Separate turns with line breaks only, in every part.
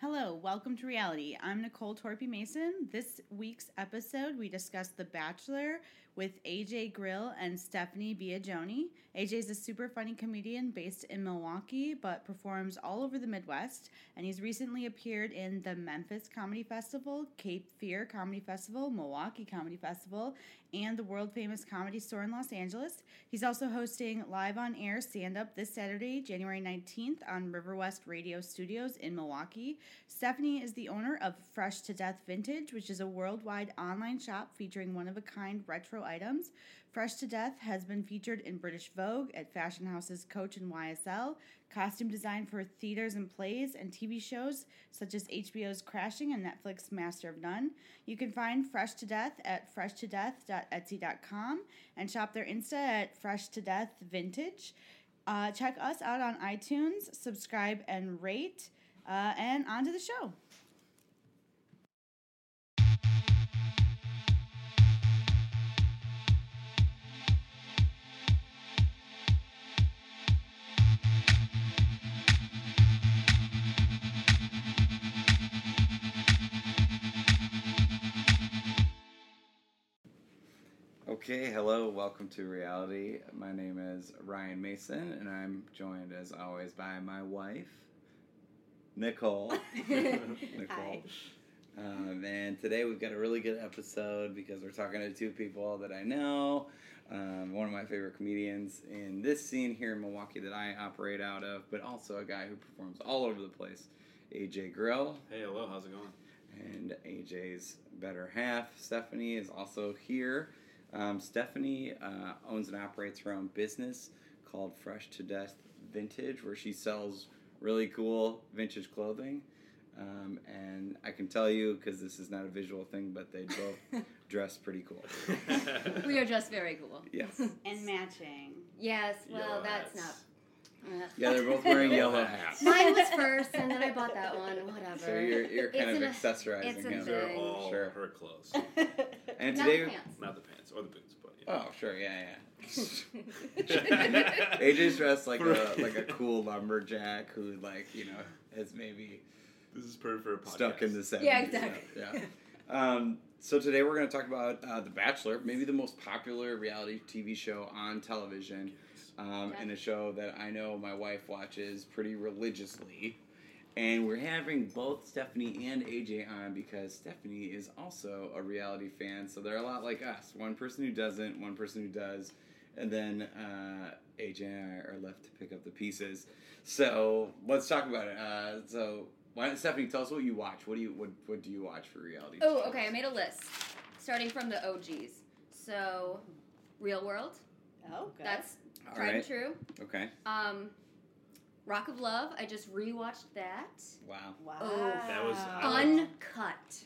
Hello, welcome to reality. I'm Nicole Torpy Mason. This week's episode, we discussed The Bachelor with AJ Grill and Stephanie Biagioni. AJ is a super funny comedian based in Milwaukee, but performs all over the Midwest. And he's recently appeared in the Memphis Comedy Festival, Cape Fear Comedy Festival, Milwaukee Comedy Festival, and the world famous Comedy Store in Los Angeles. He's also hosting live on air stand up this Saturday, January 19th, on River West Radio Studios in Milwaukee. Stephanie is the owner of Fresh to Death Vintage, which is a worldwide online shop featuring one of a kind retro items. Fresh to Death has been featured in British Vogue, at fashion houses Coach and YSL, costume design for theaters and plays, and TV shows such as HBO's Crashing and Netflix Master of None. You can find Fresh to Death at freshtodeath.etsy.com and shop their Insta at Fresh to Death Vintage. Uh, check us out on iTunes, subscribe and rate. Uh, and on to the show.
Okay, hello, welcome to reality. My name is Ryan Mason, and I'm joined as always by my wife, Nicole. Nicole.
Hi.
Um, and today we've got a really good episode because we're talking to two people that I know. Um, one of my favorite comedians in this scene here in Milwaukee that I operate out of, but also a guy who performs all over the place, AJ Grill.
Hey, hello, how's it going?
And AJ's better half, Stephanie, is also here. Um, Stephanie uh, owns and operates her own business called Fresh to Death Vintage, where she sells really cool vintage clothing. Um, and I can tell you, because this is not a visual thing, but they both dress pretty cool.
We are just very cool.
Yes.
And matching.
Yes, well,
Yellow
that's
hats.
not. ugh.
Yeah, they're both wearing yellow hats.
Mine was first, and then I bought that one. Whatever.
So you're, you're kind
It's
of
an-
accessorizing
it's an
him.
These are
Dang.
all
Sure.
her clothes.
Oh,
And
Not
today,
pants.
Not the pants or the boots, but yeah.
Oh, sure, yeah, yeah.
Oh.
AJ's dressed like a like a cool lumberjack who like, you know, has maybe
This is perfect for a podcast.
stuck in the 70s.
Yeah, exactly.
Yeah. Um, so today we're going to talk about uh, The Bachelor, maybe the most popular reality TV show on television, um, and a show that I know my wife watches pretty religiously. And we're having both Stephanie and AJ on because Stephanie is also a reality fan, so they're a lot like us. One person who doesn't, one person who does, and then uh, AJ and I are left to pick up the pieces. So let's talk about it. Uh, so why don't Stephanie tell us what you watch? What do you what what do you watch for reality?
Oh,
shows?
okay. I made a list, starting from the OGs. So, Real World.
Oh, good.
That's
All
tried
right.
and true.
Okay.
Um, Rock of Love. I just rewatched that.
Wow.
wow.
Oh.
That was- uh, I like-
Uncut.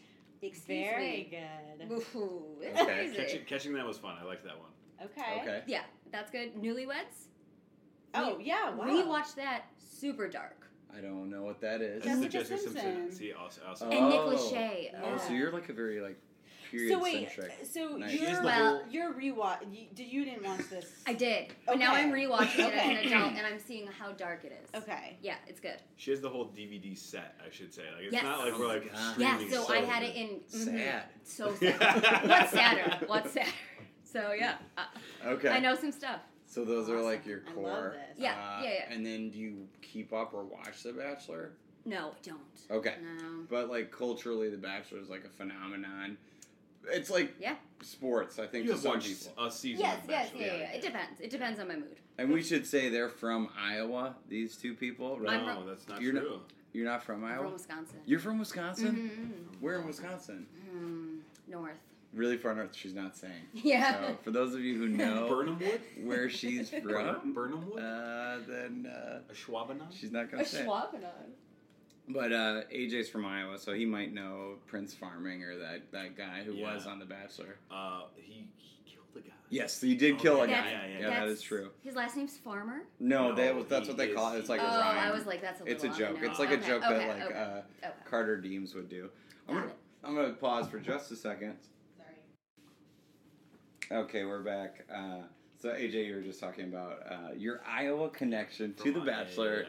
Excuse
very
me.
good.
Ooh, it's
Okay.
crazy.
Catching, catching that was fun. I like that one.
Okay.
Okay.
Yeah, that's good. Newlyweds.
Oh
We-
yeah. Wow.
Rewatched that. Super dark.
I don't know what that is.
Jessica
the Jessica Simpson.
Simpson.
See, also, also
And Nick
Oh.
Lachey.
Oh, so
Yeah.
you're like a very like period
So wait.
centric.
So
Nice.
She has
you're
the
Well-
whole-
you're rewatch. You, did- you didn't watch this?
I did. But now
Okay.
I'm rewatching it as
Okay.
an adult and I'm seeing how dark it is.
Okay.
Yeah, it's good.
she has the whole DVD set. I should say, like it's
Yes.
not like
Oh
we're
my
like
God.
Yeah,
streaming
so I
solely.
had it in mhm.
Sad.
So sad. What's sadder? What's sadder? So yeah. Uh,
Okay.
I know some stuff.
So those are like
Awesome.
your
I love
core.
this.
Yeah,
uh,
yeah, yeah.
And then do you keep up or watch The Bachelor?
No, I don't.
Okay.
No.
But like culturally, The Bachelor is like a phenomenon. It's like
Yeah.
sports, I think,
You
to
have
some
watched
people.
a season.
Yes,
of
yes,
Bachelor,
yeah, yeah, yeah. It depends. It depends on my mood.
And we should say they're from Iowa. These two people, right?
I'm
No,
from-
Oh, that's not
You're not-
true.
You're not from
I'm
Iowa.
from Wisconsin.
You're from Wisconsin.
Mhm.
Where in Wisconsin?
Mm, north.
Really far north. She's not saying.
Yeah.
So for those of you who know
Burnhamwood.
where she's
Burnham-
from,
Burnhamwood.
uh, then uh,
a Schwabanon.
she's not
A
gonna say. it.
Schwabanon.
But uh, AJ's from Iowa, so he might know Prince Farming or that, that guy who
Yeah.
was on The Bachelor.
Uh, he he killed a guy.
Yes, he did kill a
Okay.
guy.
Oh, Yeah, yeah, yeah.
Oh, yeah that
That's-
is true.
His last name's Farmer.
No,
No,
that was, that's
he
what they call it.
is-
It's like
oh,
a rhyme.
I was like, that's a little
it's a
on the
joke.
nose.
It's like a
Okay,
joke
okay,
that like
okay,
uh,
okay.
Carter Deems would do. I'm
Got
gonna,
it.
I'm gonna pause for just a second.
Sorry.
Okay, we're back. Uh, so AJ, you were just talking about uh, your Iowa connection to
From
The
Iowa, yeah,
Bachelor.
yeah,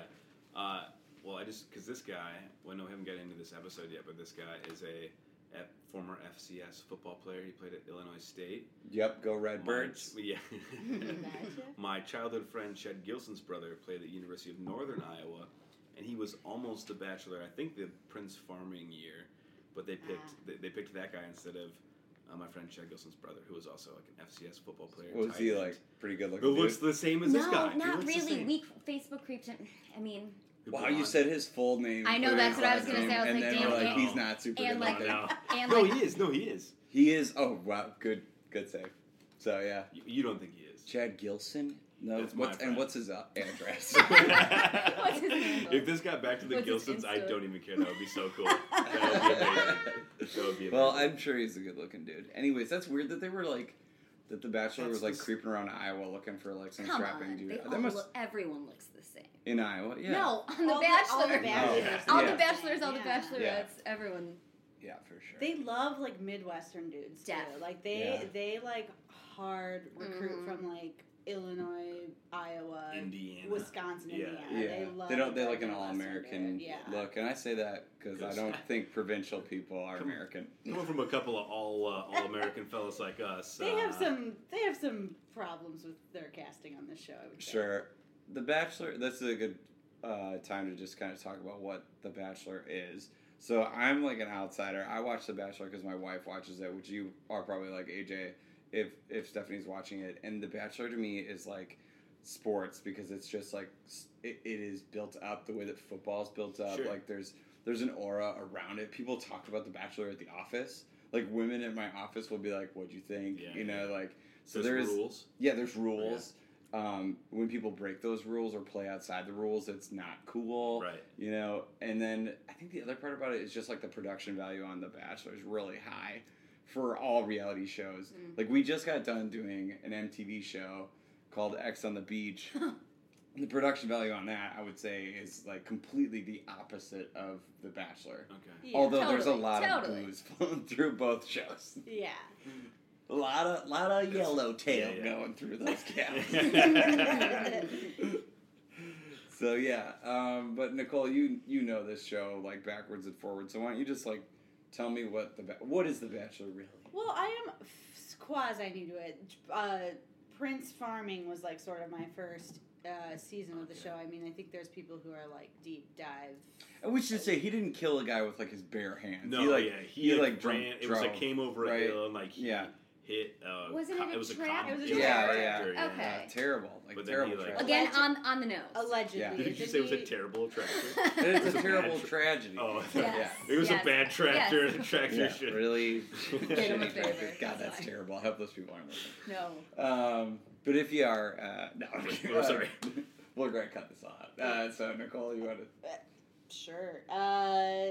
yeah. Uh, Well, I just because this guy, well, no, we haven't got into this episode yet, but this guy is a F- former FCS football player. He played at Illinois State.
Yep, go
My-
Redbirds.
Yeah.
Gotcha.
My childhood friend Chad Gilson's brother played at University of Northern Iowa, and he was almost a bachelor. I think the Prince Farming year, but they picked
Ah.
they, they picked that guy instead of uh, my friend Chad Gilson's brother, who was also like an FCS football player.
What was
tight
he
end.
like? Pretty good
Who
looking.
looks
Dude.
the same as this
No,
guy? Who
not
looks the
really.
same?
We Facebook creeped him. I mean,
Wow, you said his full name.
I know,
including
that's
his
what I was
last
gonna
name,
say. I was
and
like,
then
damn,
we're like,
and-
he's not super
and
good
like-
looking.
no.
and
no,
like
he is. No, he is.
He is. Oh wow, good, good save. So yeah,
You, you don't think he is?
Chad Gilson. No,
That's my
what's and
friend.
what's his uh, address?
What's his name?
If this got back to the
What's his
Gilsons, I
Insta?
don't even care. That would be so cool. That would be amazing. That would be amazing.
well, I'm sure he's a good looking dude. Anyways, that's weird that they were like that. The Bachelor
That's
was like
just-
creeping around Iowa looking for like some
come
strapping
on.
dude.
They all
that must
look, everyone looks the same.
in Iowa. Yeah,
No, on
Oh, All
The
all
Bachelor.
the bachelors.
Oh, yeah.
All
Oh. Yeah.
the bachelors, all
Yeah.
the bachelorettes, everyone.
yeah, for sure.
They love like Midwestern dudes too.
Def.
Like they
Yeah.
they like hard recruit
Mhm.
from like Illinois, Iowa,
Indiana.
Wisconsin,
Yeah.
Indiana.
yeah,
They love
don't. They like an
Midwestern
all American
dude. Yeah.
look, and I say that because I
Because-
don't think provincial people are
Come-
American.
Coming from a couple of all uh, all American fellas like us,
They
uh,
have some they have some problems with their casting on this show. I would say.
Sure. The Bachelor, that's a good uh, time to just kind of talk about what The Bachelor is. So I'm like an outsider. I watch The Bachelor because my wife watches it, which you are probably like AJ if if Stephanie's watching it. And The Bachelor to me is like sports because it's just like s- it, it is built up the way that football's built up.
Sure.
Like there's there's an aura around it. People talk about The Bachelor at the office. Like women in my office will be like, "What'd you think?"
Yeah.
You know, like so
there's
there is
rules.
yeah, there's rules. Um, when people break those rules or play outside the rules, it's not cool.
Right.
You know, and then I think the other part about it is just like the production value on The Bachelor is really high for all reality shows.
Mm.
Like we just got done doing an MTV show called X on the Beach. And the production value on that, I would say, is like completely the opposite of The Bachelor.
Okay.
Yeah.
Although there's a
Totally,
lot
totally.
of booze flowing through both shows.
Yeah.
A lot of lot of
Yes.
yellow tail
Yeah, yeah.
going through those cows.
Yeah.
so yeah, um, but Nicole, you you know this show like backwards and forwards. So why don't you just like tell me what the ba- what is the Bachelor really?
Well, I am quasi new to it. Uh, Prince Farming was like sort of my first uh, season of the
Okay.
show. I mean, I think there's people who are like deep dive.
And we should say he didn't kill a guy with like his bare hands.
No,
he, like,
yeah, he,
he,
like,
like,
ran.
drunk-
it was like
drove,
came over
right?
a hill and like he
Yeah.
hit. Uh,
Wasn't
co-
it a
was a
trap?
cop.
It was a
Yeah,
trap.
yeah.
tractor,
Okay.
uh, terrible, like
But then
terrible.
he, like-
tragedy.
Again,
Alleged-
on on the nose.
Allegedly,
Yeah.
Did you say it was a
terrible?
terrible tractor?
It's
was
a
a
terrible
bad-
tragedy.
Oh,
Yes.
it was
Yes.
a bad tractor.
Yes.
and The tractor
Yeah,
should.
really
Did
him a
shitty
favor.
tractor. God, that's
Sorry.
terrible. I hope those people aren't listening.
no.
Um, but if you are, uh, no, I'm kidding.
We're sorry.
We're going to cut this out. Uh, so Nicole, you want to?
Sure. Uh,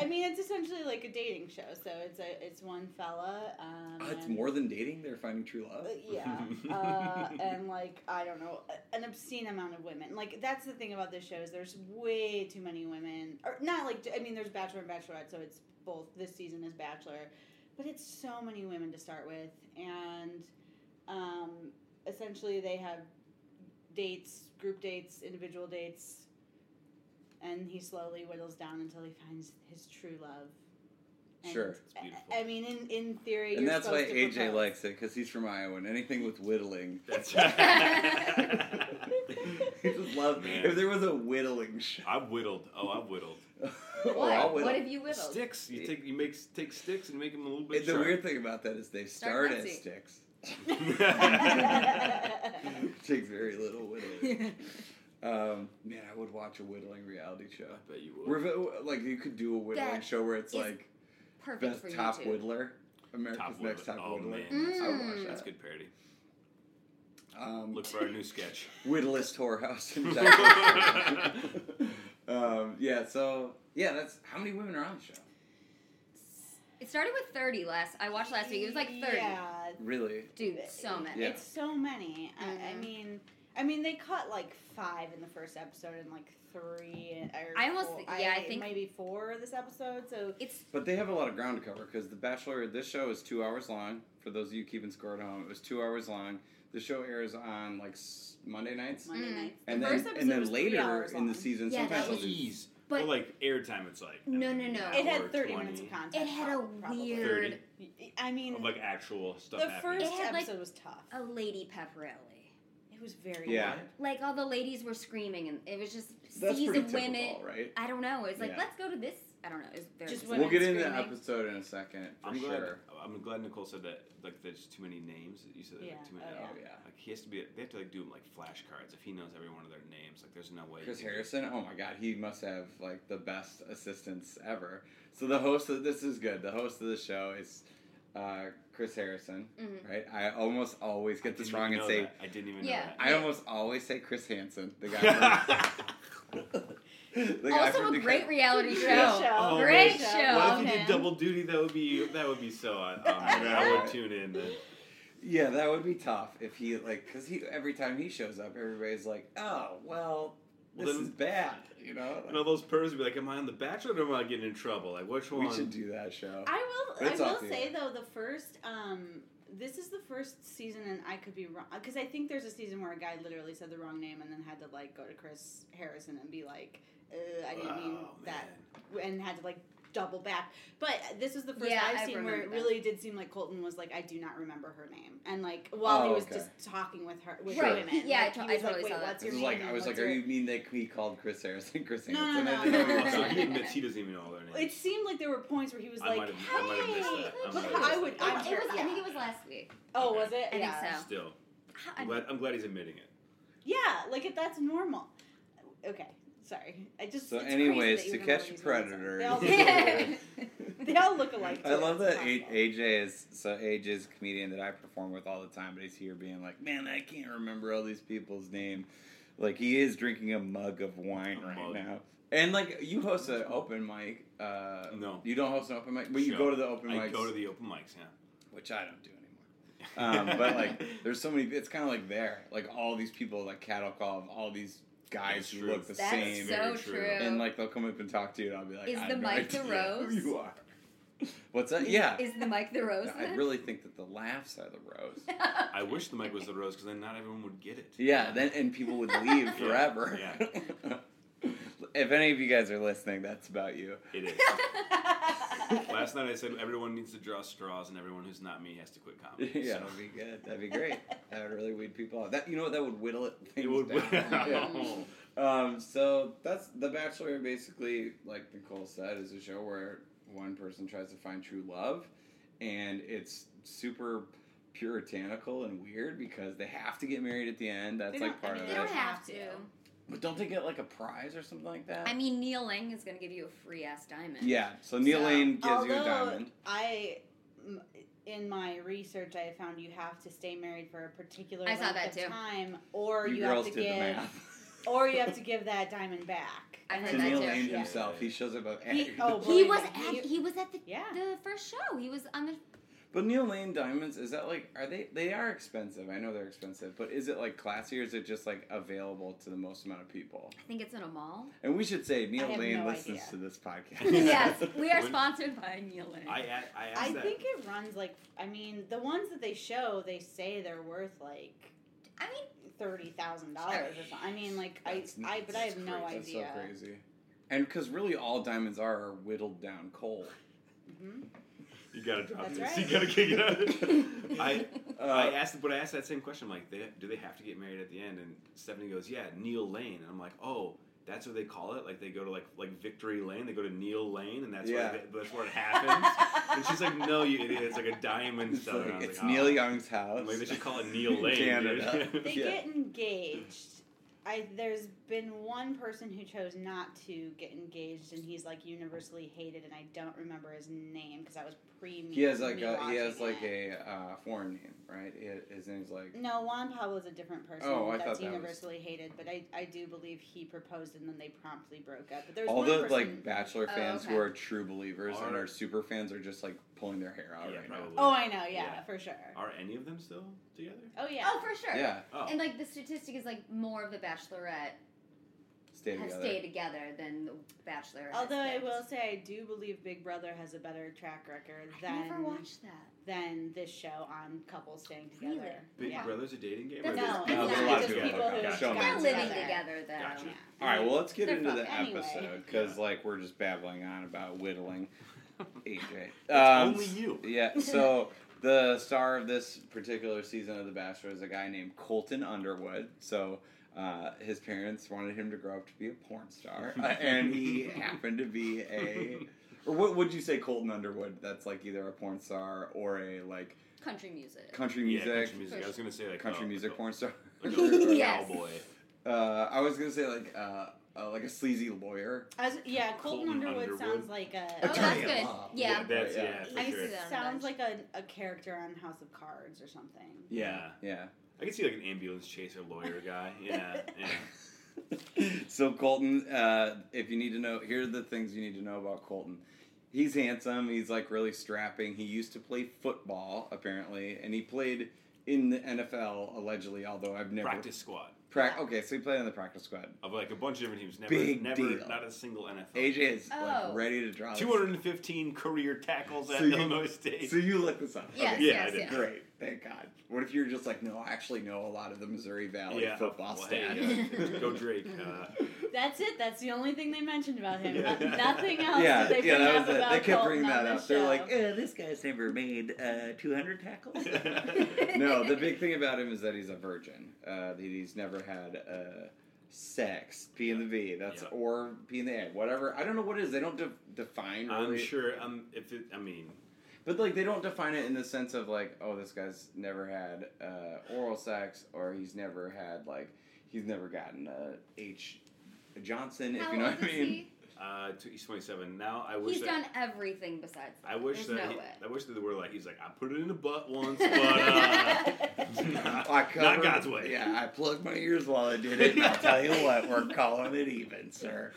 I mean, it's essentially like a dating show. So it's a it's one fella. Um,
Oh, it's
and-
more than dating. They're finding true love.
Uh, yeah uh, and like i don't know a- an obscene amount of women like that's the thing about this show is there's way too many women or not like i mean there's bachelor and bachelorette so it's both this season is bachelor but it's so many women to start with and um, essentially they have dates group dates individual dates and he slowly whittles down until he finds his true love And
Sure.
It's beautiful.
I I mean, in, in theory,
And
you're
that's why
supposed to
AJ
propose.
likes it because he's from Iowa, and anything with whittling,
That's
he just loves.
Man.
If there was a whittling show,
I whittled. Oh, I whittled.
Oh,
What?
I'll
what
whittle.
have you whittled?
Sticks. You take you make take sticks and make them a little bit.
And the
sharp.
weird thing about that is they
Start
start at
messy.
sticks.
I
Takes very little whittling. Um, man, I would watch a whittling reality show.
I bet you would.
Where if it- like you could do a whittling
That
show where it's
is
like
Perfect
best
for
top
YouTube.
whittler, America's
Top
next
Whittler.
top
Oh,
whittler. I
man.
would watch
Mm.
that.
That's good parody.
Um,
Look for our new sketch.
Whittlest whorehouse. in Texas. um, yeah. So yeah, that's how many women are on the show.
It started with 30 last. I watched last week. It was like 30.
Yeah,
Really?
Dude, so many.
Yeah.
it's so many. I, I
Mhm.
mean, I mean, they cut like five in the first episode and like three. and- Or
I almost-
four-
yeah, I think-
maybe four this episode. So
It's
But they have a lot of ground to cover because The Bachelor, this show is two hours long. For those of you keeping score at home, it was two hours long. the show airs on like s- Monday nights,
Monday
Mm.
nights.
and
The
then and
first
episode was
then
three
later
hours
in the
long.
season,
Yeah,
sometimes
that
they'll
was-
do
Jeez.
But-
But like airtime, it's like
No, no,
an
no.
hour,
It had 30
20,
minutes of content.
It had a
probably.
weird,
I mean,
of like actual stuff.
the
happening.
first
It had, like,
episode was tough.
a lady pepperelli.
It was very
Yeah.
good.
Like all the ladies were screaming, and it was just
That's
seas
pretty
of
typical,
women.
right?
I don't know. It's like
Yeah.
let's go to this. I don't know. It's very
Just
bizarre.
women
We'll get into the
screaming.
episode in a second for
I'm glad.
sure.
I'm glad Nicole said that. Like, there's too many names. You said there's
Yeah,
like, too many.
oh,
Oh
names.
yeah,
Like he has to be. They have to like do him like flashcards. If he knows every one of their names, like there's no way.
Chris
you can-
Harrison. Oh my God, he must have like the best assistants ever. So the host of this is good. The host of the show is uh, Chris Harrison,
Mhm.
right? I almost always
I
get this
didn't
wrong
even
and
know
say
that. I didn't even
Yeah.
I almost always say Chris Hansen, the guy. From, the guy
also
from
a
Deca-
great reality show.
Yeah.
Oh, man.
Great show.
What if you
Okay.
did double duty? That would be that would be so. on- on. I would tune in. Then.
Yeah, that would be tough if he like because he every time he shows up, everybody's like, oh well,
Well,
this
then-
is bad, you know.
And all those pervs would be like, "Am I on The Bachelor? or Am I getting in trouble? Like which one?"
we should do that show.
I will.
It's
I
off
will
the
say
air.
though, the first. Um, this is the first season, and I could be wrong because I think there's a season where a guy literally said the wrong name and then had to like go to Chris Harrison and be like, uh, "I didn't mean
Oh,
that,"
man.
and had to like double back. But this was the first
Yeah,
I've
I
seen where it
remember
really did seem like Colton was like, "I do not remember her name," and like while he
Oh,
was
okay.
just talking with her with
Sure.
women,
Yeah, I
like,
to-
he
I
was like,
totally
"Wait,
saw that.
what's
It
your
was
name?"
like
and
I
what's
was like,
your-"
are you mean that he called Chris Harrison Chris
No,
Hansen?
no, no,
And then
no,
Oh,
everyone
so
was
he
like-
admits he doesn't even know all their names.
It seemed like there were points where he was
I
like,
might have- I might have missed
"Hey,"
that. I
but
might have
I
missed
would.
that.
I'm
it
sure.
was.
yeah.
I think it was last week.
Oh,
Okay.
was it?
I think
yeah.
so.
Still,
How-
I'm glad, I'm glad he's admitting it.
Yeah, like if that's normal. Okay, sorry. I just
So,
it's
anyways,
crazy
to
that you remember
catch
these
predators.
names.
Yeah.
They all, they all look alike.
I
too,
love
it's
that A-
possible.
AJ is so AJ is a comedian that I perform with all the time, but he's here being like, "Man, I can't remember all these people's name." Like he is drinking a mug of wine
A
right
mug.
now, and like you host an open mic. Uh,
No.
you don't host an open mic, but you
Show.
go to the open
I
mics,
go to the open mics, yeah.
which I don't do anymore. Um, but like, there's so many. It's kind of like there, like all these people, like cattle call, of all these guys
That's
who
true.
look the
That's
same,
so
Very
true.
true.
and like they'll come up and talk to you, and I'll be like,
Is
I have
the
no
mic the
idea
rose?
Who you are? What's that? Yeah,
Is the Mike the Rose?
no, I
then?
really think that the laughs are the rose.
I wish the mic was the rose because then not everyone would get it.
Yeah, then and people would leave forever.
Yeah,
if any of you guys are listening, that's about you.
It is. Last night I said everyone needs to draw straws, and everyone who's not me has to quit comedy.
yeah,
so.
that'd be good. That'd be great. That would really weed people out. That you know what that would whittle it things
It would.
down. Yeah.
Wow.
Um, so that's The Bachelor. Basically, like Nicole said, is a show where one person tries to find true love, and it's super puritanical and weird because they have to get married at the end. That's
They
like
don't- I
part
mean,
of
they
it.
don't have to.
But don't they get like a prize or something like that?
I mean, Neil Lang is going to give you a free ass diamond.
yeah. So Neil
So,
Lane gives you a
although-
diamond.
I, m- in my research, I found you have to stay married for a particular
I saw
length
that
of
too.
time, or
you
you,
girls
have to
did the
give,
math.
or you have to give that diamond back.
I heard
to
that
Neil
too.
Lane
Yeah.
himself. He shows up. At
He- oh,
He
Believe
was
it.
at,
You-
he was at the
Yeah.
the first show. He was on the
But Neil Lane diamonds is that like are they they are expensive? I know they're expensive, but is it like classy or is it just like available to the most amount of people?
I think it's in a mall.
And we should say Neil
I have
Lane
no
listens
idea.
to this podcast.
yes, we are
When-
sponsored by Neil Lang.
I, a- I asked
I
that.
think it runs like I mean the ones that they show they say they're worth like
I mean,
thirty thousand dollars or something. I mean like I,
That's-
I but I
that's
have no
crazy.
idea.
That's so crazy. And because really all diamonds are are whittled down coal.
hmm
you gotta drop
That's
this.
right.
You gotta kick it out. I I
Uh,
asked, but I asked that same question. I'm like, they, do they have to get married at the end? And Stephanie goes, Yeah, Neil Lane. And I'm like, Oh, that's what they call it. Like they go to like like Victory Lane. They go to Neil Lane, and that's
Yeah.
where they, that's where it happens. and she's like, No, you idiot. It's like a diamond
it's,
seller.
like,
And I was
it's
like,
Neil
"Oh."
Young's house.
I'm like, they should call it Neil Lane.
Canada.
dude.
They
Yeah.
get engaged. I there's been one person who chose not to get engaged, and he's like universally hated, and I don't remember his name because that was pre me.
He has like
me
a he has
watching
like
it.
a uh, foreign name, right? It, his name's like
No, Juan Pablo is a different person
Oh, I
that's
thought that was-
universally hated, but I, I do believe he proposed and then they promptly broke up. But there's
all
one
the
person,
like Bachelor
Oh,
fans
okay.
who are true believers and
Are-
are super fans are just like pulling their hair out
Yeah,
right
probably.
Oh, I know. Yeah,
Yeah.
for sure.
Are any of them still together?
Oh yeah.
oh for sure.
now. Yeah,
Oh,
And like the statistic is like more of the Bachelorette
stay
have
together.
stayed together than The Bachelor. has
Although I
stayed.
will say, I do believe Big Brother has a better track record
I
than
never watched that.
than this show on couples staying
Really?
together.
Big
Yeah.
Brother's a dating game.
No,
or
That's
just-
not- No, there are a lot of
just
people
people
that
who
got
got
Showmen.
They're living
together.
together though.
Gotcha.
All right, well, let's get
They're
into the
fucking-
anyway.
episode because
Yeah.
like we're just babbling on about whittling. AJ. Um,
Only you.
Yeah. So the star of this particular season of The Bachelor is a guy named Colton Underwood. So. Uh, his parents wanted him to grow up to be a porn star, uh, and he happened to be a. Or what would you say, Colton Underwood? That's like either a porn star or a like
Country music.
country
Yeah,
music,
country music. I was gonna say like
country
oh,
music
oh,
porn star.
Like a real
Yes.
cowboy.
Uh, I was gonna say like uh, uh, like a sleazy lawyer.
As, yeah, Colton,
Colton
Underwood,
Underwood.
sounds like
Oh,
a.
that's
Attorney at
good.
law.
Yeah.
That's
Yeah.
yeah.
I
for sure.
see
that on a
sounds
bench.
like a, a character on House of Cards or something.
Yeah.
Yeah.
I can see like an ambulance chaser lawyer guy. Yeah, yeah.
so Colton, uh, if you need to know, here are the things you need to know about Colton. He's handsome. He's like really strapping. He used to play football apparently, and he played in the NFL allegedly. Although I've never
Practice squad
Prac- okay, so he played on the practice squad.
of like a bunch of different teams. Never,
Big
never,
deal.
not a single NFL.
AJ is
Oh.
like ready to draw. this.
215 career tackles at
So you-
Illinois State.
So you look this up.
Yes,
Okay.
Yeah, I
yes,
did.
yes.
Great. Thank God. What if you're just like, no, I actually know a lot of the Missouri Valley
yeah,
football
well,
stats.
hey, uh, go Drake. Uh,
That's it. That's the only thing they mentioned about him.
Yeah.
Nothing else.
yeah,
did they bring
yeah, that
up
was it.
About
They kept
Colton
bringing
on
that
this
up. They're
show.
like, eh, this guy's never made uh, 200 tackles. no, the big thing about him is that he's a virgin. Uh, that he's never had uh, sex, P and the V. That's
Yeah.
or P and the A, whatever. I don't know what it is. They don't de- define.
I'm
really-
sure. Um, if it, I mean,
But like they don't define it in the sense of like, oh, this guy's never had uh, oral sex, or he's never had like, he's never gotten a H Johnson, if
How
you know
old
what I
is
mean.
he?
uh, t- he's 27 now. I wish
He's
that,
done everything besides. That.
I wish
There's
that.
no
he-
way.
I wish that they were like. He's like, I put it in the butt once, but uh, not,
I
not
covered-
God's way.
Yeah, I plugged my ears while I did it, and I'll tell you what, we're calling it even, sir.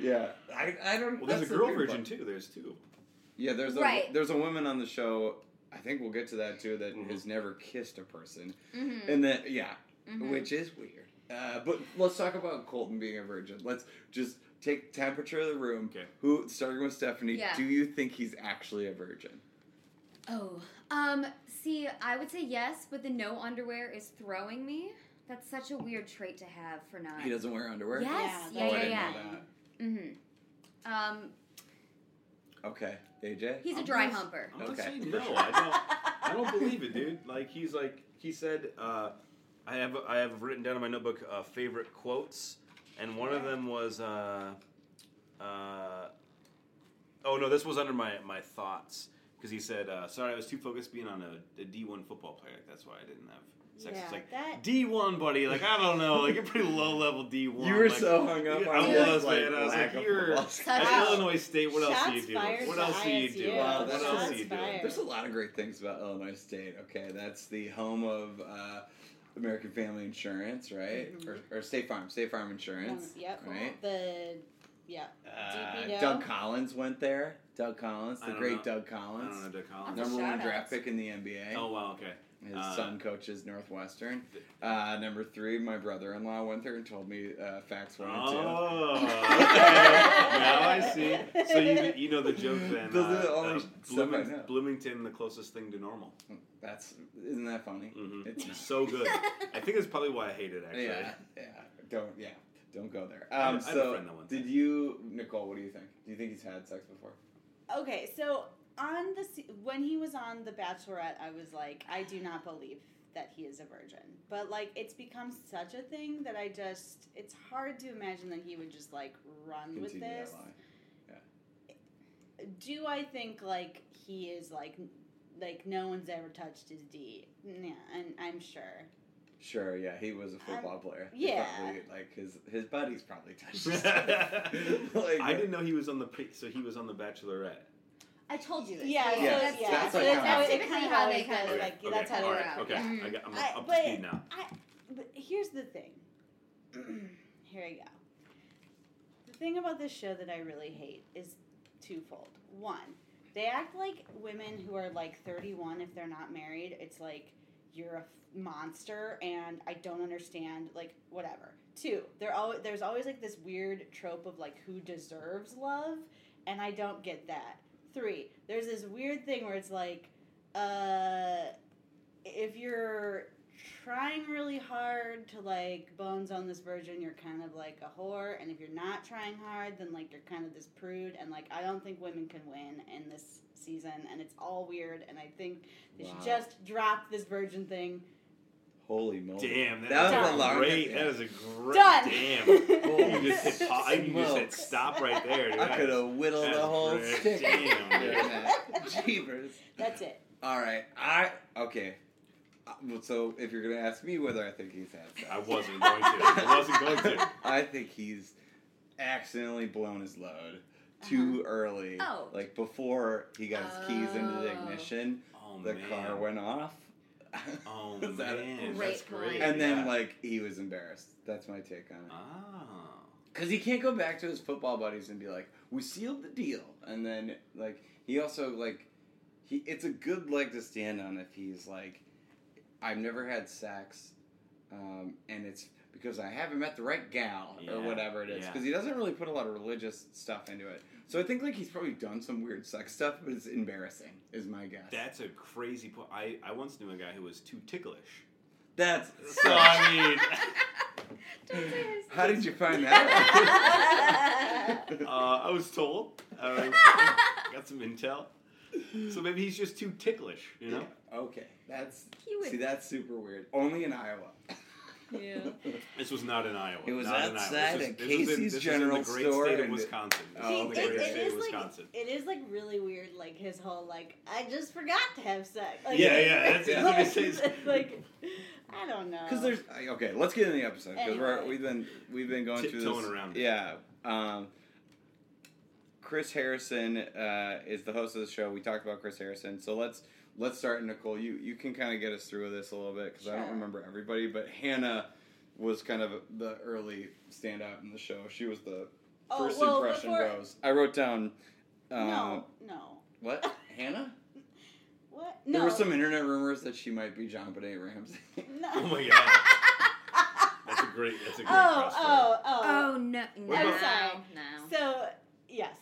yeah, I, I don't.
Well, there's
that's
a
the
girl
weird
virgin
part.
too. There's two.
Yeah, there's a
Right.
there's a woman on the show. I think we'll get to that too. That
Mhm.
has never kissed a person,
Mhm,
and that yeah,
mhm.
which is weird. Uh, but let's talk about Colton being a virgin. Let's just take temperature of the room.
Okay.
Who starting with Stephanie?
Yeah.
Do you think he's actually a virgin?
Oh, um, see, I would say yes, but the no underwear is throwing me. That's such a weird trait to have for not.
He doesn't wear underwear.
Yes,
Oh,
yeah,
I
yeah,
didn't
yeah.
know
Mm-hmm. Um,
that. Okay, AJ.
he's a
I'm
dry
just-
humper.
I'm not
Okay.
saying no. I don't. I don't believe it, dude. Like he's like he said. Uh, I have I have written down in my notebook uh, favorite quotes, and one of them was. Uh, uh, oh no, this was under my my thoughts because he said, uh, "Sorry, I was too focused being on a, a D one football player. Like, that's why I didn't have sex."
yeah,
It's like
that.
D one, buddy. Like I don't know. Like you're pretty low level D one.
You were
like,
so hung up
Yeah,
on
I
this,
was,
like,
man. I was
lack
like,
of
you're-
football
At
Wow.
Illinois State, what else do you
Shots
do?
fired
What
to
else do you do?
ISU.
Wow,
what
that's
else do
shots
you do?
fired.
There's a lot of great things about Illinois State. Okay, that's the home of uh, American Family Insurance, right?
Mm-hmm.
Mhm.
Or, or State Farm, State Farm Insurance,
yep.
right?
The yeah.
Uh,
Oh,
DPW.
Doug Collins went there. Doug Collins,
I
the
don't
great
know.
Doug
I don't know,
Collins,
Dick
That's
Collins.
a
number one
shout-out.
draft pick in the NBA.
Oh wow, okay.
His
Uh,
son coaches Northwestern. Uh, number three, my brother-in-law went there and told me uh, facts one and two.
Oh, okay. now I see. So you, you know the joke then.
Those
uh,
are the
uh,
only stuff
Blooming-
I know.
Bloomington, the closest thing to normal.
That's isn't that funny?
hmm
It's not.
so good. I think that's probably why I hate it. Actually,
Yeah, yeah. Don't yeah. Don't go there.
I had-
Um,
I had a
so
friend that one
did
time.
you, Nicole? What do you think? Do you think he's had sex before?
Okay, so on the se- when he was on The Bachelorette, I was like, I do not believe that he is a virgin. But like, it's become such a thing that I just it's hard to imagine that he would just like run with
Continue
this.
that line.
Do I think like he is like n- like no one's ever touched his D? Yeah, and I'm sure.
Sure. Yeah, he was a football player. He
Um, yeah.
Probably, like his his buddies probably touched. his Like, uh,
I didn't know he was on the pre- so he was on the Bachelorette.
I told you this.
Yeah,
yeah,
so
that's-
yeah.
that's
so
like
that's
how-
how it
typically
kind of
how
how
they
they kind
kinda-
of
Okay,
like
okay,
that's how they
all
work
right,
out.
Okay,
yeah.
yeah.
I got, I'm
I-
up
but-
to speed now.
But here's the thing. Here we go. The thing about this show that I really hate is twofold. One, they act like women who are like 31 if they're not married. It's like you're a f- monster and I don't understand like whatever. too. There always there's always like this weird trope of like who deserves love, and I don't get that. Three, there's this weird thing where it's like, uh, if you're trying really hard to like bones on this virgin, you're kind of like a whore, and if you're not trying hard, then like you're kind of this prude, and like I don't think women can win in this season, and it's all weird, and I think they
Wow.
should just drop this virgin thing.
Holy moly!
Damn, that,
That
is
was
a
the
longest-
great.
yeah.
That is a great.
Done.
Damn. Oh,
Holy
you just hit pop. You just hit
smokes.
stop right there. Dude.
I could have whittled
That's
the whole
great.
stick.
Damn,
during
dude.
that. Jeebers.
That's it.
All right. I okay. Uh, well, So if you're gonna ask me whether I think he's had sex,
I wasn't going to. I wasn't going to.
I think he's accidentally blown his load too early.
Oh.
Like before he got his keys into the
Oh.
ignition,
Oh
the
man.
car went off.
Oh
Is that it?
man,
Great
that's great.
point.
And then
yeah.
like he was embarrassed. That's my take on it.
Oh.
Because he can't go back to his football buddies and be like, "We sealed the deal." And then like he also like he it's a good leg to stand on if he's like, "I've never had sex," um, and it's because I haven't met the right gal
Yeah,
or whatever it is.
yeah.
Because he doesn't really put a lot of religious stuff into it. So I think like he's probably done some weird sex stuff, but it's embarrassing. Is my guess.
That's a crazy point. I, I once knew a guy who was too ticklish.
That's
So I mean,
Don't say his
how did you find that? out?
uh, I was told. Uh, got some intel. So maybe he's just too ticklish, you know?
Okay, that's
He would-
see that's super weird. Only in Iowa.
Yeah.
This was not in Iowa.
It was
not in Iowa.
outside
This
of
is- this is in-
Casey's
this is
General
in the great
Store
state of
and-
Wisconsin. This is
Oh,
in the
okay.
great
It- it
state
is
of
like-
Wisconsin.
It is like really weird, like his whole like I just forgot to have sex. Like,
Yeah, yeah, that's-
that's
like,
what it says.
it's like I don't know.
Because there's okay. Let's get in the episode because we're
Oh. Anyway.
we've been we've been going through
Tiptoeing
this.
around it.
Yeah. Um, Chris Harrison uh, is the host of the show. We talked about Chris Harrison, so let's let's start. Nicole, you you can kind of get us through this a little bit because I don't
Sure.
remember everybody, but Hannah was kind of the early standout in the show. She was the
Oh,
first
well,
impression
before-
rose. I wrote down. Uh,
no, no.
What Hannah?
What? No.
There were some internet rumors that she might be John Bonet Ramsey.
No.
Oh my god. That's a great that's a great
Oh,
cross story.
oh, oh,
Oh no! No,
I'm
sorry.
no.
So yes.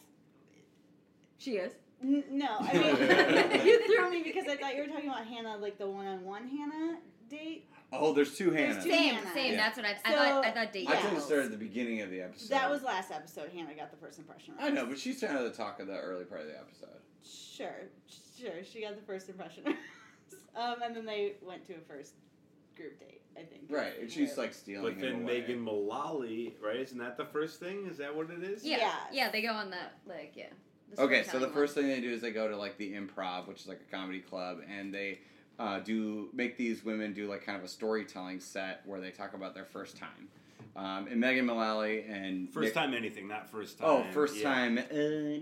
she is.
N- no, I mean you threw me because I thought you were talking about Hannah, like the one-on-one Hannah date.
oh, there's two
There's
Hannahs.
two
Same,
Hannah.
same.
Yeah.
That's what I. I
So-
thought. I thought date.
I could have
Yeah.
started at the beginning of the episode.
That was last episode. Hannah got the first impression.
I
right?
know, but she's kind of the talk of the early part of the episode.
Sure, sure. She got the first impression. um, and then they went to a first group date, I think.
Right, and she's
Where-
like stealing.
But
him
then
away.
Megan Mullally, right? Isn't that the first thing? Is that what it is?
Yeah, yeah.
Yes.
They go on that. Like yeah. The
Okay, so the
storytelling
first thing they do is they go to like the improv, which is like a comedy club, and they uh, do make these women do like kind of a storytelling set where they talk about their first time. Um, and Megan Mullally and
First
Nick-
time anything, not first time.
Oh, first
yeah.
time uh,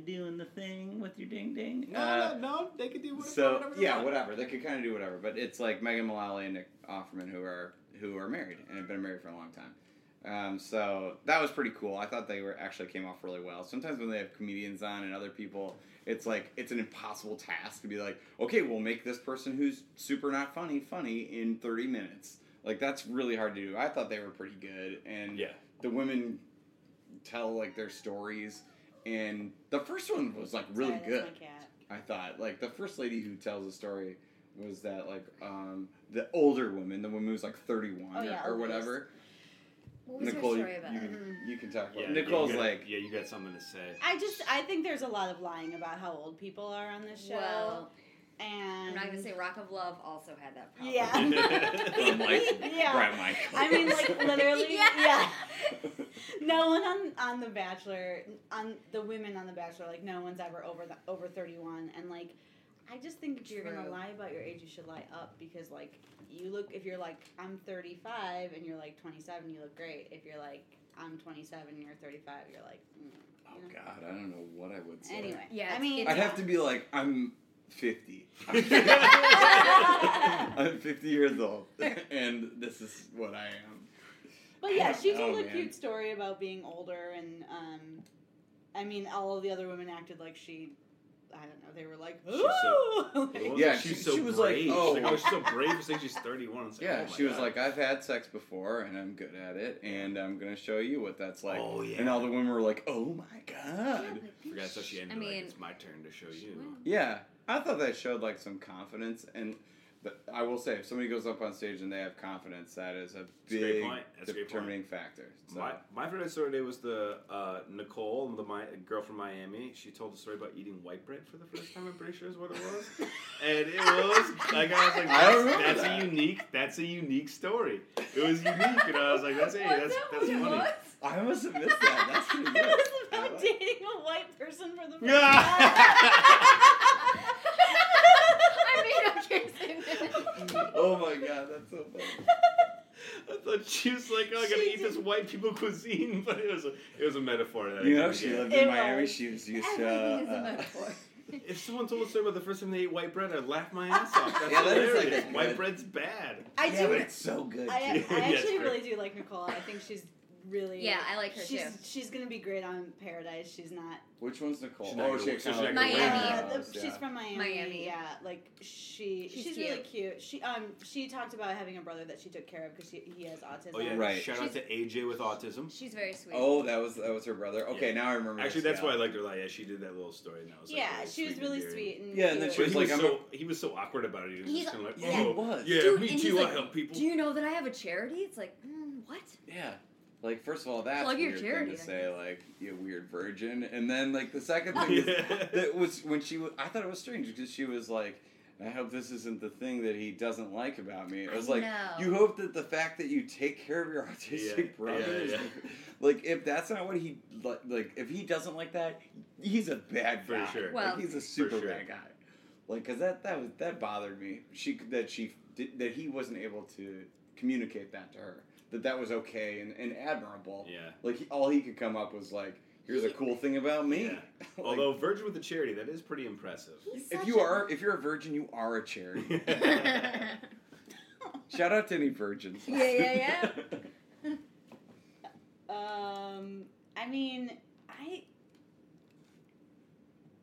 doing the thing with your ding ding.
No,
Uh,
no, no, they could do whatever.
So
whatever they
yeah,
want.
whatever they could kind of do whatever, but it's like Megan Mullally and Nick Offerman who are who are married and have been married for a long time. Um, so that was pretty cool. I thought they were actually came off really well. Sometimes when they have comedians on and other people, it's like it's an impossible task to be like, okay, we'll make this person who's super not funny funny in thirty minutes. Like that's really hard to do. I thought they were pretty good, and
Yeah.
the women tell like their stories, and the first one was like really
Sorry, that's
good.
my cat.
I thought like the first lady who tells the story was that like um the older woman, the woman who's like thirty one
Oh, yeah,
or, or
oldest.
whatever.
What was
Nicole,
her
you,
story about?
you can,
Mm-hmm.
you can talk about.
Yeah,
it. Nicole's
you got-
like,
yeah, you got something to say.
I just I think there's a lot of lying about how old people are on this show,
Well,
and
I'm not gonna say Rock of Love also had that problem.
Yeah.
From, like,
Yeah.
Brad Michaels.
I mean, like literally,
Yeah.
yeah.
Oh,
No one on on the Bachelor, on the women on the Bachelor, like no one's ever over the over thirty one, and like I just think if you're gonna
True.
lie about your age, you should lie up because like you look if you're like I'm thirty five and you're like twenty seven, you look great. If you're like I'm twenty seven and you're thirty five, you're like. Mm.
oh god, I don't know what I would say.
Anyway,
Yeah,
I
it's-
mean,
I'd have to be like, I'm fifty.
yeah,
I'm fifty years old, and this is what I am.
But yeah, she
Oh,
told a
man.
cute story about being older, and um, I mean, all of the other women acted like she I don't know. They were like,
She's so-
"Ooh!"
What was
Like,
it?
Yeah,
she's
she-
so
she was like,
brave.
oh,
she's, like, oh, she's so brave. It's like she's 31. It's like,
Yeah,
oh my
she was
God.
like, I've had sex before and I'm good at it and I'm going to show you what that's like.
Oh, yeah.
And all the women were like, oh my God.
Forgot so she ended
I
like,
mean,
it's my turn to show
she
you.
went.
Yeah, I thought that showed like some confidence. And but I will say, if somebody goes up on stage and they have confidence, that is a
a great
big
point. That's a great point.
determining factor. So,
My, my favorite story today was the uh, Nicole, the my girl from Miami. She told a story about eating white bread for the first time. I'm pretty sure is what it was, and it was like I was
I
like, that's,
remember
that's
that.
a unique, that's a unique story. It was unique, and I was like, that's hey,
Was
that's
that
that's
what it
funny.
was?
I must have missed that. That's pretty
It
good.
was
I
about
like-
dating a white person for the first
I made up Kirsten.
Oh my God, that's so funny.
I thought she was like, oh, I gotta
She
eat this white people cuisine, but it was a, it was a metaphor. That I
You know,
didn't
she
get.
lived
It
in Miami.
was.
She was used to.
Everything is a
uh,
metaphor.
If someone told a story about the first time they ate white bread, I'd laugh my ass off. That's
Yeah, that is,
hilarious.
like, a
white
good-
bread's bad.
I
yeah, but
do.
it's so good.
I,
too.
I
Yeah, it's
actually
great.
really do like Nicole. I think she's really.
Yeah, I like her
she's
too.
she's gonna be great on Paradise. She's not.
Which one's Nicole? Oh,
She's not gonna-
she
she's
kinda like
not
gonna
a
win.
weird
Yeah, the-
nose,
she's from Miami.
Miami.
Yeah, like she she's,
She's
really cute. She um she talked about having a brother that she took care of because he has autism.
Oh yeah,
Right.
shout out to AJ with autism.
She's very sweet.
Oh, that was that was her brother. Okay,
Yeah.
now I remember.
Actually,
this,
that's
yeah.
why I liked her. Like, yeah, she did that little story, and that was like,
Yeah, she was
and
really
endearing.
sweet and
Yeah, and then
cute.
she
But
was
he
like,
was
I'm
so he was so awkward about it. He was
He's-
just kind of like,
Yeah, he
oh,
was.
yeah,
Dude,
me
and he's
too. I
like,
help people.
Do you know that I have a charity? It's like, mm, what?
Yeah. Like first of all, that's
Plug your
weird
charity,
thing to
I
say,
guess.
like you weird virgin, and then like the second thing is,
yeah.
that was when she was. I thought it was strange because she was like, "I hope this isn't the thing that he doesn't like about me." It
I
was like,
know.
you hope that the fact that you take care of your autistic
Yeah,
brother,
yeah,
is
yeah.
like if that's not what he li- like, if he doesn't like that, he's a bad
For
guy.
sure.
Well-
like, he's a super
sure.
bad guy. Like, cause that that was that bothered me. She that she did, that he wasn't able to communicate that to her. That that was okay and, and admirable.
Yeah.
Like he, all he could come up was like, "Here's a cool thing about me."
Yeah.
Like,
Although Virgin with a charity, that is pretty impressive.
He's
if
such
you
a-
are if you're a virgin, you are a charity.
yeah,
Shout out to any virgins.
Yeah, yeah,
Um, I mean, I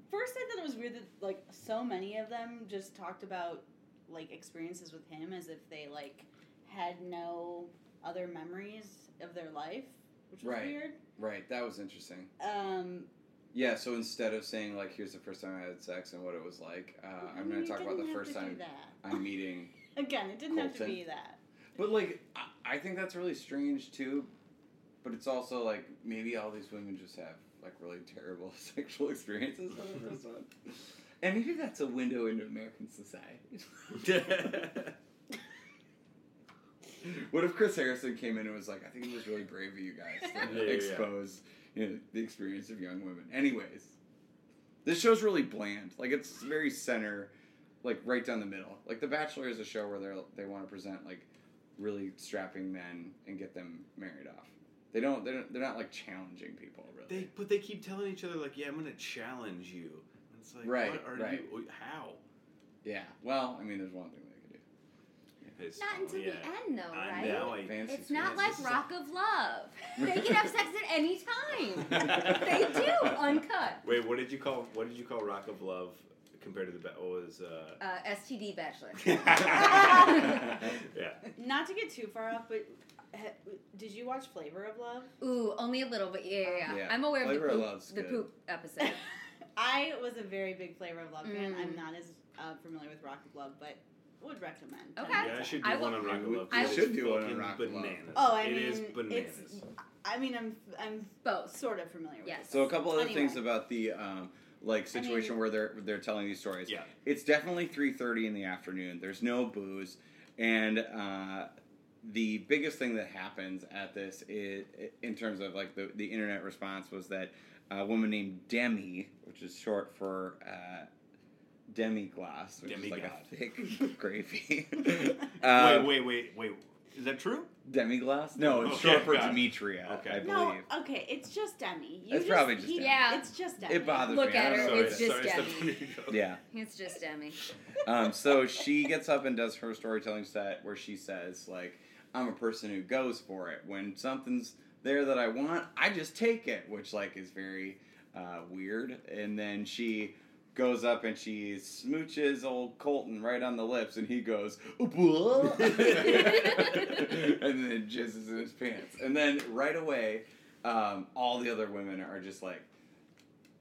first I thought it was weird that like so many of them just talked about like experiences with him as if they like had no other memories of their life, which was
Right.
weird.
Right, that was interesting.
Um,
Yeah, so instead of saying like, "Here's the first time I had sex and what it was like," uh, I'm
I mean,
going
it
to talk about
didn't
the
have
first
to do
time
that.
I'm meeting.
Again, it didn't have to
Colton.
be that.
But like, I, I think that's really strange too. But it's also like maybe all these women just have like really terrible sexual experiences on the first one, and maybe that's a window into American society. What if Chris Harrison came in and was like, I think it was really brave of you guys to
Yeah, yeah, yeah.
expose You know, the experience of young women? Anyways, this show's really bland. Like, it's very center, like, right down the middle. Like, The Bachelor is a show where they're, they want to present, like, really strapping men and get them married off. They don't, they don't, they're not, like, challenging people,
they
really.
but they keep telling each other like, yeah, I'm gonna challenge you. And it's like,
Right,
what are
right.
you? How?
yeah. Well, I mean, there's one thing they could do.
It's-
Not
Oh,
until
yeah.
the end, though,
I
right?
know, I-
Fancy
It's not like
experiences.
Rock of Love. They can have sex at any time. They do, uncut.
Wait, what did you call what did you call Rock of Love compared to the ba- what was uh
Uh, STD Bachelor.
Yeah.
Not to get too far off, but ha- did you watch Flavor of Love?
Ooh, only a little, but yeah, yeah, yeah.
Yeah.
I'm aware
Flavor of
of the poop,
Love's
the
good.
poop episode.
I was a very big Flavor of Love fan.
Mm.
I'm not as uh, familiar with Rock of Love, but would recommend.
Okay.
Yeah, I should do
I
one
will-
on Rock of
We-
Love.
we
because
should
it's
do one on
fucking
Rock of Love.
bananas.
Oh, I
it is
mean,
bananas.
it's- I mean, I'm I'm
Both.
sort of familiar
Yes.
with.
So a couple other
Anyway.
things about the um, like situation where they're they're telling these stories.
Yeah.
It's definitely three thirty in the afternoon. There's no booze, and uh, the biggest thing that happens at this is, in terms of like the the internet response was that a woman named Demi, which is short for. Uh, Demiglass, which is like
Demigod.
a thick gravy.
wait,
um,
wait, wait, wait. Is that true?
Demiglass? No, it's
Okay,
short for
got it.
Demetria,
Okay.
I believe.
No, okay, it's just Demi. You
It's probably just
he-
Demi.
Yeah.
It's just Demi.
It bothers
Look
me. I
at
don't
her,
know
sorry,
what
it's
it is.
just
sorry,
Demi.
Stephanie.
Yeah.
It's just Demi.
Um, so she gets up and does her storytelling set where she says, like, I'm a person who goes for it. When something's there that I want, I just take it, which, like, is very uh, weird. And then she goes up and she smooches old Colton right on the lips, and he goes, "Whoa!" and then jizzes in his pants. And then right away, um, all the other women are just like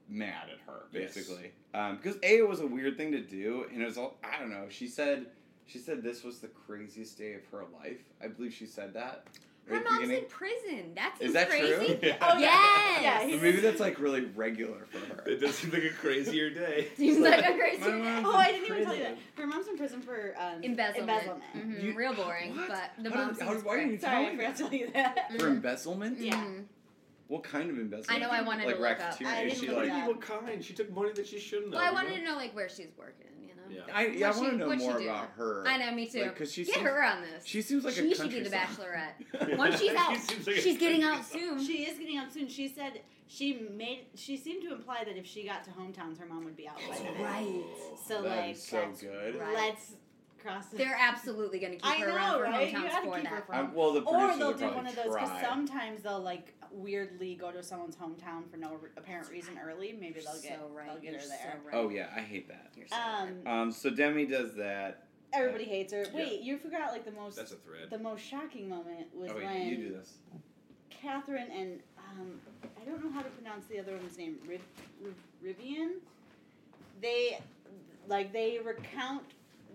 mad at her,
Yes.
basically, because a it was a weird thing to do, and it was all I don't know. She said. She said this was the craziest day of her life. I believe she said that. right
Her
at the
mom's
beginning.
in prison. That seems
Is that
crazy.
true? Yeah.
Oh,
Yes.
Yeah,
But
he's-
Maybe that's like really regular for her.
It does seem like a crazier day.
Seems like a crazy
My mom's
Oh,
in
I didn't even tell you that.
prison.
Her mom's in prison for um,
embezzlement.
embezzlement.
Mhm,
You-
Real boring,
What?
but the
How did-
mom
how
seems
did- why didn't
great.
you
Sorry,
tell
I
me
forgot
that?
to tell you that.
For
Mhm.
embezzlement?
Yeah.
Mhm.
What kind of
I
embezzlement?
know. I wanted
like
to look up.
racketeering?
I
Is
didn't
she
look
like?
it up.
evil kind. She took money that she shouldn't
Well,
have.
I
you
wanted
know?
to know like where she's working. You know.
Yeah.
I, yeah, I
What'd
want to
she-
know
what'd she
more
do?
about her.
I know. Me too.
Like, 'cause she
Get
seems-
her on this.
She seems like
she
a
should
country
be the
star.
Bachelorette. Once she's out,
She seems like a
she's getting
country
out
star.
soon.
She is getting out soon. She said she made. She seemed to imply that if she got to hometowns, her mom would be out. by
That's
then.
right.
So
That
like,
is so
that's-
good.
Right.
Let's cross. the-
They're absolutely going to keep
I
her
know,
around for
right? You
hometowns
gotta
for
keep her
that.
for
I'm, well, the producers
or they'll
will
do
probably
one of those because
try.
sometimes they'll like weirdly go to someone's hometown for no apparent reason early. Maybe
You're
they'll get
so right.
they'll get
You're
her
so
there.
right.
Oh yeah, I hate that.
You're so right.
Um,
Um, so Demi does that.
everybody hates her.
Yeah.
Wait, you forgot like the most
That's a thread.
the most shocking moment was
Oh yeah,
when
you do this.
Catherine and um, I don't know how to pronounce the other woman's name, Riv- Riv- Rivian. They like they recount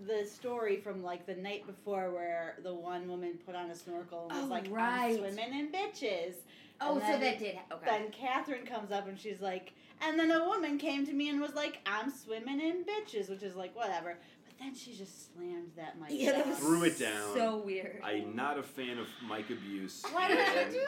the story from like the night before where the one woman put on a snorkel and was
Oh,
like
right.
I'm swimming in bitches.
Oh,
and
so
then-
that did. ha- Okay.
Then Catherine comes up and she's like, and then a woman came to me and was like, I'm swimming in bitches, which is like whatever. But then she just slammed that mic.
yeah, that
down.
was
Threw it down.
So weird.
I'm not a fan of mic abuse.
Why did
and
you do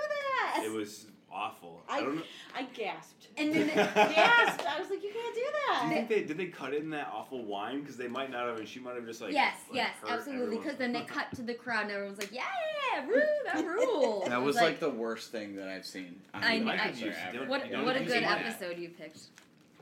that?
It was awful.
I-
I don't know.
I gasped.
And then
gasped. I was like, you can't do that.
Do you think they did they cut in that awful wine because they might not have and she might have just like
yes,
like,
yes,
hurt
absolutely.
everyone.
Because then they cut to the crowd and everyone's like, "Yeah, Rue, that rules."
That
It's
was like, the worst thing that I've seen. on
I
the
know-
Bachelor
I-
Used to
ever.
do it.
what
You don't
what a
use
good
that.
episode you picked.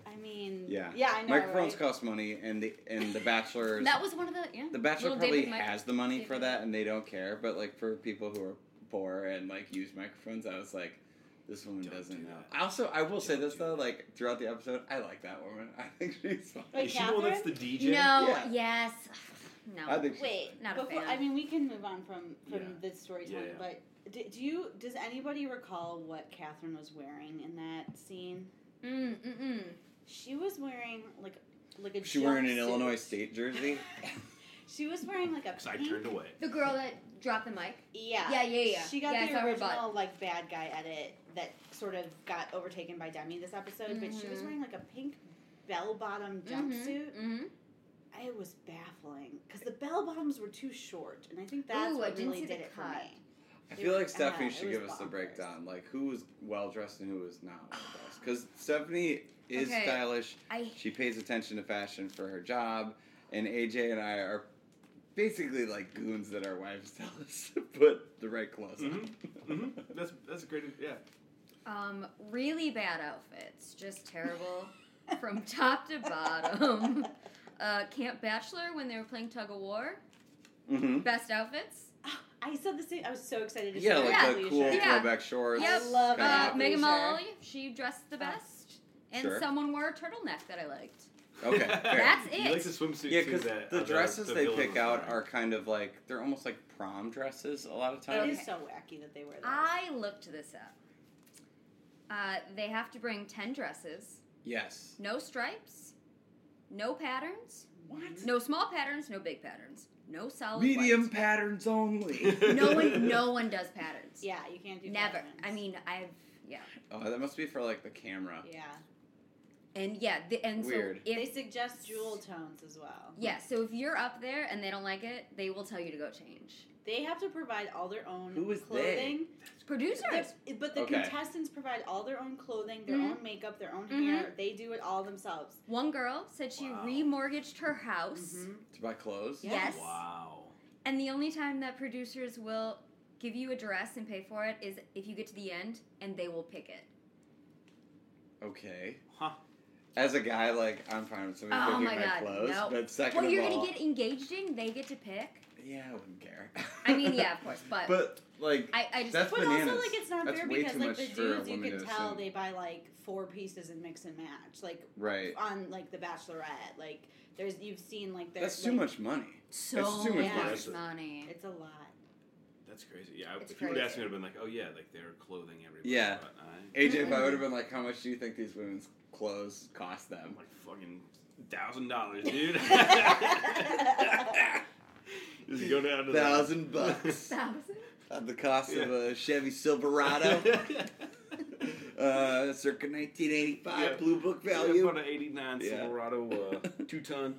I mean,
Yeah.
yeah, I know.
Microphones
right?
cost money, and the and the Bachelor's
That was one of the yeah.
The Bachelor
Little
probably
David Michael-
has the money for
David.
that and they don't care, but like for people who are poor and like use microphones, I was like, this woman
Don't
doesn't
do
know.
that.
I Also, I will say
Don't
this
do
though,
that.
like throughout the episode, I like that woman. I think she's fine.
Wait,
Is she the one that's the DJ?
No,
Yeah.
yes, no.
I think she's
Wait,
fine.
Not a
before,
fan.
I mean, we can move on from from
Yeah.
this storytelling,
Yeah, yeah.
but do, do you? Does anybody recall what Catherine was wearing in that scene?
mm, mm, mm.
She was wearing like like a.
Was she wearing an
jumpsuit.
Illinois State jersey?
She was wearing like a.
Because I
pink-
turned away.
The girl that dropped the mic.
Yeah.
Yeah, yeah, yeah.
She got
Yeah, I saw
the
her butt.
original like bad guy edit that sort of got overtaken by Demi this episode, but she was
Mhm.
wearing like a pink bell bottom
Mhm,
jumpsuit.
mhm.
It was baffling because the bell bottoms were too short, and I think that's
Ooh, I
what
didn't
really
see the
did it for
cut.
me.
I feel like Stephanie
Uh,
should
it was
give us a
bonkers.
breakdown, like who was well dressed and who was not well dressed. Because Stephanie is
Okay.
stylish.
I
She pays attention to fashion for her job, and AJ and I are basically like goons that our wives tell us to put the right clothes on.
hmm That's that's a great yeah.
um really bad outfits, just terrible from top to bottom. Uh, Camp Bachelor when they were playing tug of war,
Mhm.
best outfits.
Ah, I said the same. I was so excited to
Yeah,
see
like
that
the
Leisha.
cool
Yeah.
throwback shorts.
Yep.
I love
kinda
Uh,
Yeah.
Megan
Sure.
Mullally, she dressed the best, and
Uh, Sure.
someone wore a turtleneck that I liked.
Okay, fair.
That's
You like
it.
the swimsuit
Yeah,
too
because
that
the
uh,
dresses
the
they
villain
pick
was
out
wearing.
are kind of like they're almost like prom dresses a lot of
It
times.
is so wacky that they were there.
I looked this up. Uh, they have to bring ten dresses,
Yes.
no stripes, no patterns,
What?
no small patterns, no big patterns, no solid.
Medium
whites.
patterns only.
No one, no one does patterns.
yeah, you can't do
Never.
patterns.
I mean, I've yeah,
oh, that must be for like the camera.
yeah,
and yeah, the, and
Weird.
so if
they suggest jewel tones as well.
yeah, so if you're up there and they don't like it, they will tell you to go change.
They have to provide all their own
Who is they?
clothing.
Producers,
The- but the
Okay.
contestants provide all their own clothing, their
Mhm.
own makeup, their own
Mhm.
hair. They do it all themselves. Mm-hmm.
one girl said she
Wow.
remortgaged her house,
To buy clothes.
Yeah.
Yes.
Wow.
and the only time that producers will give you a dress and pay for it is if you get to the end and they will pick it.
Okay.
Huh.
As a guy, like I'm fine with somebody
Oh
picking
my
my
God,
clothes,
no.
but second
What
of
you're
all,
gonna get engaged in, they get to pick.
yeah, I wouldn't care.
I mean, yeah, of course, but,
but like,
I, I just
that's
But
bananas.
also, like, it's not
That's
fair
way
because,
too
like,
much
the
for a
dudes, you
woman
can
to
tell
assume.
they buy, like, four pieces and mix and match. Like,
right.
on, like, The Bachelorette. Like, there's, you've seen, like, there's.
That's too
like,
much money.
so
That's too much
much
money.
money.
It's a lot.
That's crazy. Yeah, I-
It's
if you would ask
crazy.
me, I'd have been like, oh yeah, like they're clothing everybody.
Yeah.
But I,
AJ, if I would have been like, how much do you think these women's clothes cost
I'm
them?
like fucking thousand dollars, dude. Just go down to the-
Thousand bucks.
Thousand?
Uh, the cost of
Yeah.
a Chevy Silverado, uh, circa 1985
Yeah.
Blue Book
Yeah,
value.
about an '89
Yeah.
Silverado uh, two-ton.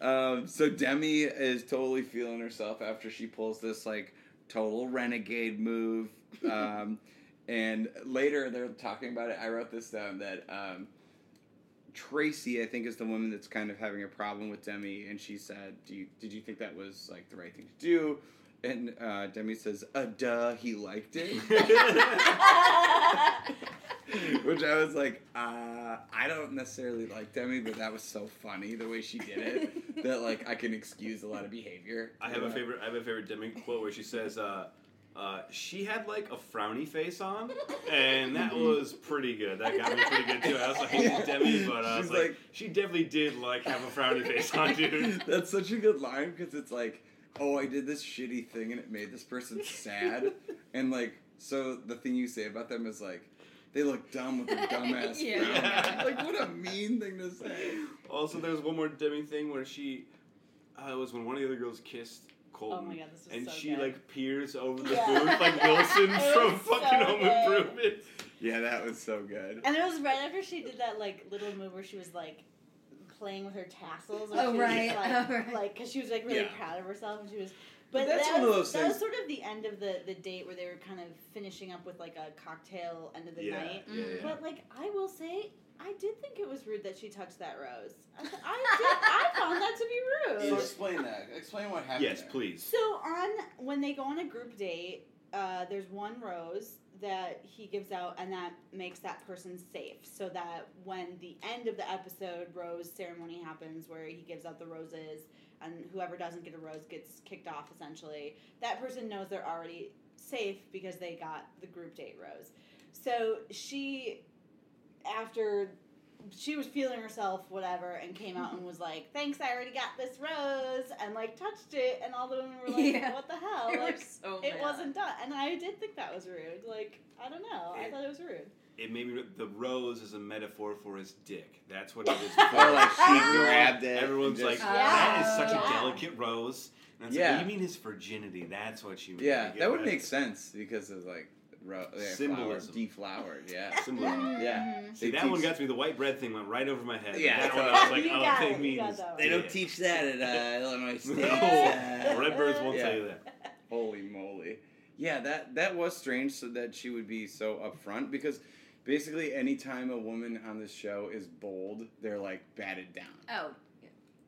um, so Demi is totally feeling herself after she pulls this like total renegade move. Um, and later they're talking about it. I wrote this down that um, Tracy, I think, is the woman that's kind of having a problem with Demi, and she said, "Do you did you think that was like the right thing to do?" And uh, Demi says, "Uh, duh, he liked it." Which I was like, uh, I don't necessarily like Demi, but that was so funny the way she did it that like I can excuse a lot of behavior.
I have a
Yeah.
favorite. I have a favorite Demi quote where she says, uh, uh, "She had like a frowny face on, and that
Mm-hmm.
was pretty good. That got me pretty good too." I was like, "Demi," but I was
She's
like,
like-
"She definitely did like have a frowny face on, dude."
That's such a good line because it's like, oh, I did this shitty thing and it made this person sad, and like, so the thing you say about them is like, they look dumb with their dumbass.
Yeah.
frown. like what a mean thing to say.
Also, there's one more Demi thing where she uh, it was when one of the other girls kissed Colton.
Oh my God, this was
and
so
she
good.
like peers over the
Yeah.
booth like Wilson
It
from
was so
fucking Home
good.
Improvement.
Yeah, that was so good.
And it was right after she did that like little move where she was like playing with her tassels. where
Oh,
she
right,
Was, like,
oh, right.
Like, cause she was like really
Yeah.
proud of herself, and she was.
But
But
that's
that
one of
was,
those
that was
things-
sort of the end of the the date where they were kind of finishing up with like a cocktail end of the
Yeah,
night.
yeah,
Mm.
yeah.
But like I will say, I did think it was rude that she touched that rose. I, th- I did. I found that to
Mm-hmm.
be rude.
explain that. Explain what happened.
Yes, please.
So on when they go on a group date, uh, there's one rose that he gives out, and that makes that person safe. So that when the end of the episode rose ceremony happens, where he gives out the roses, and whoever doesn't get a rose gets kicked off. Essentially, that person knows they're already safe because they got the group date rose. So she, after. She was feeling herself, whatever, and came out and was like, "Thanks, I already got this rose," and like touched it, and all the women were like,
Yeah.
"What the hell?"
They were
Like,
so
it
mad.
wasn't done, and I did think that was rude. Like I don't know, I
It-
thought it was rude.
It made me the rose is a metaphor for his dick. That's what it is.
Or like she
Everyone-
grabbed it. and
Everyone's like,
just-
Yeah.
that is such a
Yeah.
delicate rose. And it's
Yeah.
like, "Well, you mean his virginity? That's what you mean.
Yeah,
You get
that would
that
make sense because of like ro- yeah,
Symbolism.
deflowered. Yeah,
Symbolism.
yeah.
Mm-hmm.
See,
They
that
teach-
one got to me. The white bread thing went right over my head.
Yeah,
that
so-
one I was
You
like,
got
oh,
it,
they
you
mean
got
his
that one.
They don't
dick.
teach that at uh, Illinois State.
No,
Uh,
Redbirds won't
Yeah.
tell you that.
Holy moly! Yeah, that that was strange. So that she would be so upfront because basically, anytime a woman on this show is bold, they're like batted down.
Oh,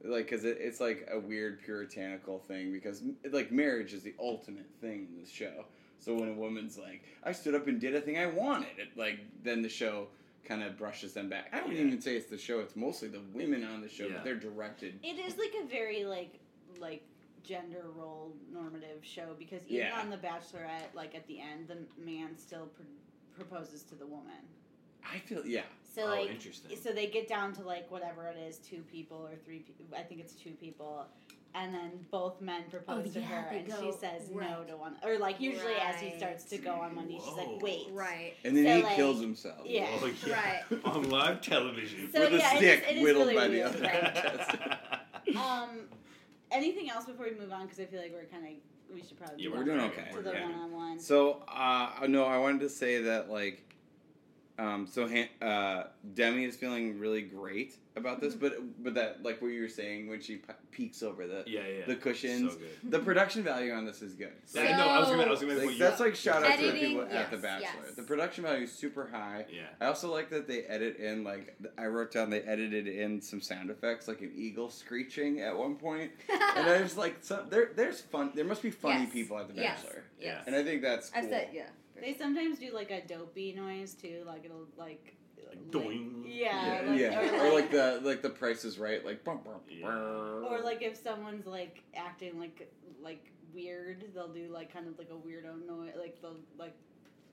Like, cause it, it's like a weird puritanical thing because like marriage is the ultimate thing in this show. So when a woman's like, I stood up and did a thing I wanted, it, like then the show kind of brushes them back. I don't
Yeah.
even say it's the show; it's mostly the women on the show,
Yeah.
but they're directed.
It is like a very like like gender role normative show because even
Yeah.
on The Bachelorette, like at the end, the man still pr- proposes to the woman.
I feel yeah,
So
oh,
like
interesting.
So they get down to like whatever it is, two people or three. Pe- I think it's two people, and then both men propose to
Oh, yeah,
her,
they
and
go-
she says no
right.
to one, or like usually as he
Right.
starts to go on one, knee, she's
Whoa.
like, wait,
right.
and then
So,
he
like,
kills himself.
yeah.
Oh, yeah.
Right.
On live television.
So
With a
yeah,
stick
it is, it is
whittled
really
by the
weird.
other.
right.
yeah,
um, anything else before we move on? Because I feel like we're kind of we should probably move
we're
on
doing
good.
okay.
to
We're
the
good.
one on one.
So, uh, no, I wanted to say that, like, um, so Han- uh, Demi is feeling really great about this,
Mm-hmm.
but but that, like, what you were saying when she pe- peeks over the
Yeah, yeah.
the cushions,
So good.
the production value on this is good.
Yeah, I know, I was gonna- I was gonna
Like,
point you
that's
out.
like shout out to the
Editing,
people at The
yes,
Bachelor.
yes.
The production value is super high.
Yeah.
I also like that they edit in like th- I wrote down they edited in some sound effects like an eagle screeching at one point, and there's like some there there's fun there must be funny
Yes.
people at The
Yes.
Bachelor,
Yes.
and I think that's cool.
I've said, yeah.
They sometimes do like a dopey noise too, like it'll like.
Like, doing.
Yeah,
yeah,
like-
yeah.
or like-
or like the like the Price is Right, like bum, bum,
Yeah.
brr.
Or like if someone's like acting like like weird, they'll do like kind of like a weirdo noise, like they'll like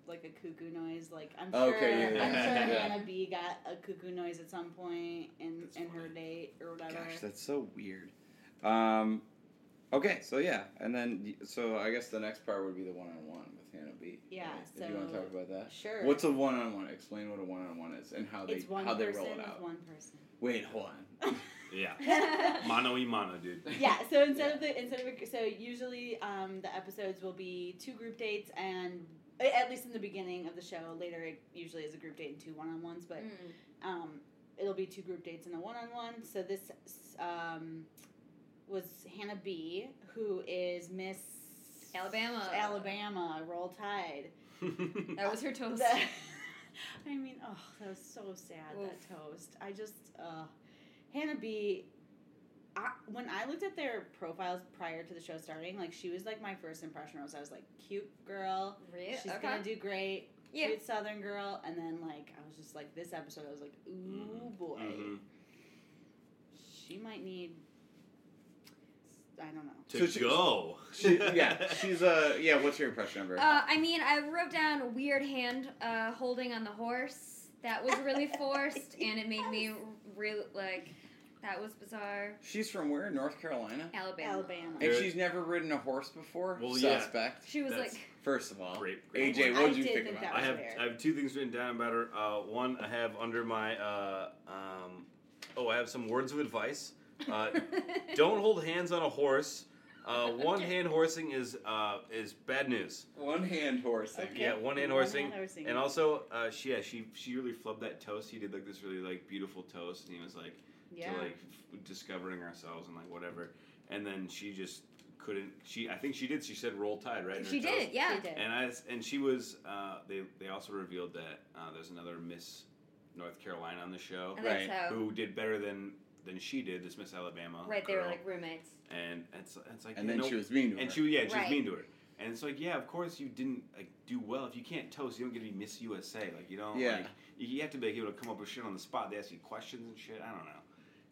like a cuckoo noise. Like I'm sure,
Okay,
yeah, yeah,
I'm
yeah.
sure
Yeah.
Hannah B got a cuckoo noise at some point in
That's
in her
funny.
date or whatever.
Gosh, that's so weird. Um, okay, so yeah, and then so I guess the next part would be the one on one with Hannah B.
Yeah,
Right? If you want to
so-
talk about that.
sure.
What's a one on one? Explain what a one on one is and how they
it's one
how they
person
roll it
with
out.
one person.
Wait, hold on.
Yeah.
yeah.
Mono y mono, dude.
yeah so instead of the instead of a, so usually um, the episodes will be two group dates and at least in the beginning of the show later it usually is a group date and two one-on-ones but
Mm.
um, it'll be two group dates and a one-on-one so this um, was hannah b who is miss
Alabama.
alabama roll tide
Mm-hmm.
That was her toast.
the- I mean, oh, that was so sad.
Oof.
That toast. I just, uh, Hannah B. I, when I looked at their profiles prior to the show starting, like she was like my first impression was I was like cute girl.
Really?
She's
okay.
gonna do great.
yeah.
Cute Southern girl. And then like I was just like this episode I was like ooh
Mm-hmm.
Mhm.
boy,
Mhm.
she might need. I don't know.
To
So she-
go.
she, yeah, she's uh yeah. What's your impression of her?
Uh, I mean, I wrote down weird hand uh, holding on the horse. That was really forced, and it made me real like that was bizarre.
she's from where? North Carolina.
Alabama.
Alabama.
And
There-
she's never ridden a horse before.
Well, yeah.
Suspect.
She was
That's-
like,
First of all,
Great, great
AJ,
point.
what
I
did you
did
think
think
about?
that
I
was
it?
have
fair.
I have two things written down about her. Uh, one I have under my uh, um, oh I have some words of advice. Uh, don't hold hands on a horse. Uh, one hand horsing is uh, is bad news.
One hand horsing.
Okay.
Yeah, one
One-hand
hand horsing.
horsing.
And also, uh, she yeah she she really flubbed that toast. He did like this really like beautiful toast, and he was like
Yeah.
to like f- discovering ourselves and like whatever. And then she just couldn't. She I think she did. She said roll tide right. in her
she
toast.
did, yeah.
She did.
And I and she was uh, they they also revealed that uh, there's another Miss North Carolina on the show
I think
Right.
so.
who did better than than she did. This Miss Alabama,
Oh. Right, they were
girl.
like roommates.
and it's it's like
And
you
then
know-
she was mean to her.
and she yeah she was
Right.
mean to her, and it's like yeah of course you didn't like do well if you can't toast you don't get to be Miss USA like you don't
Yeah.
like you, you have to be able to come up with shit on the spot. They ask you questions and shit. I don't know.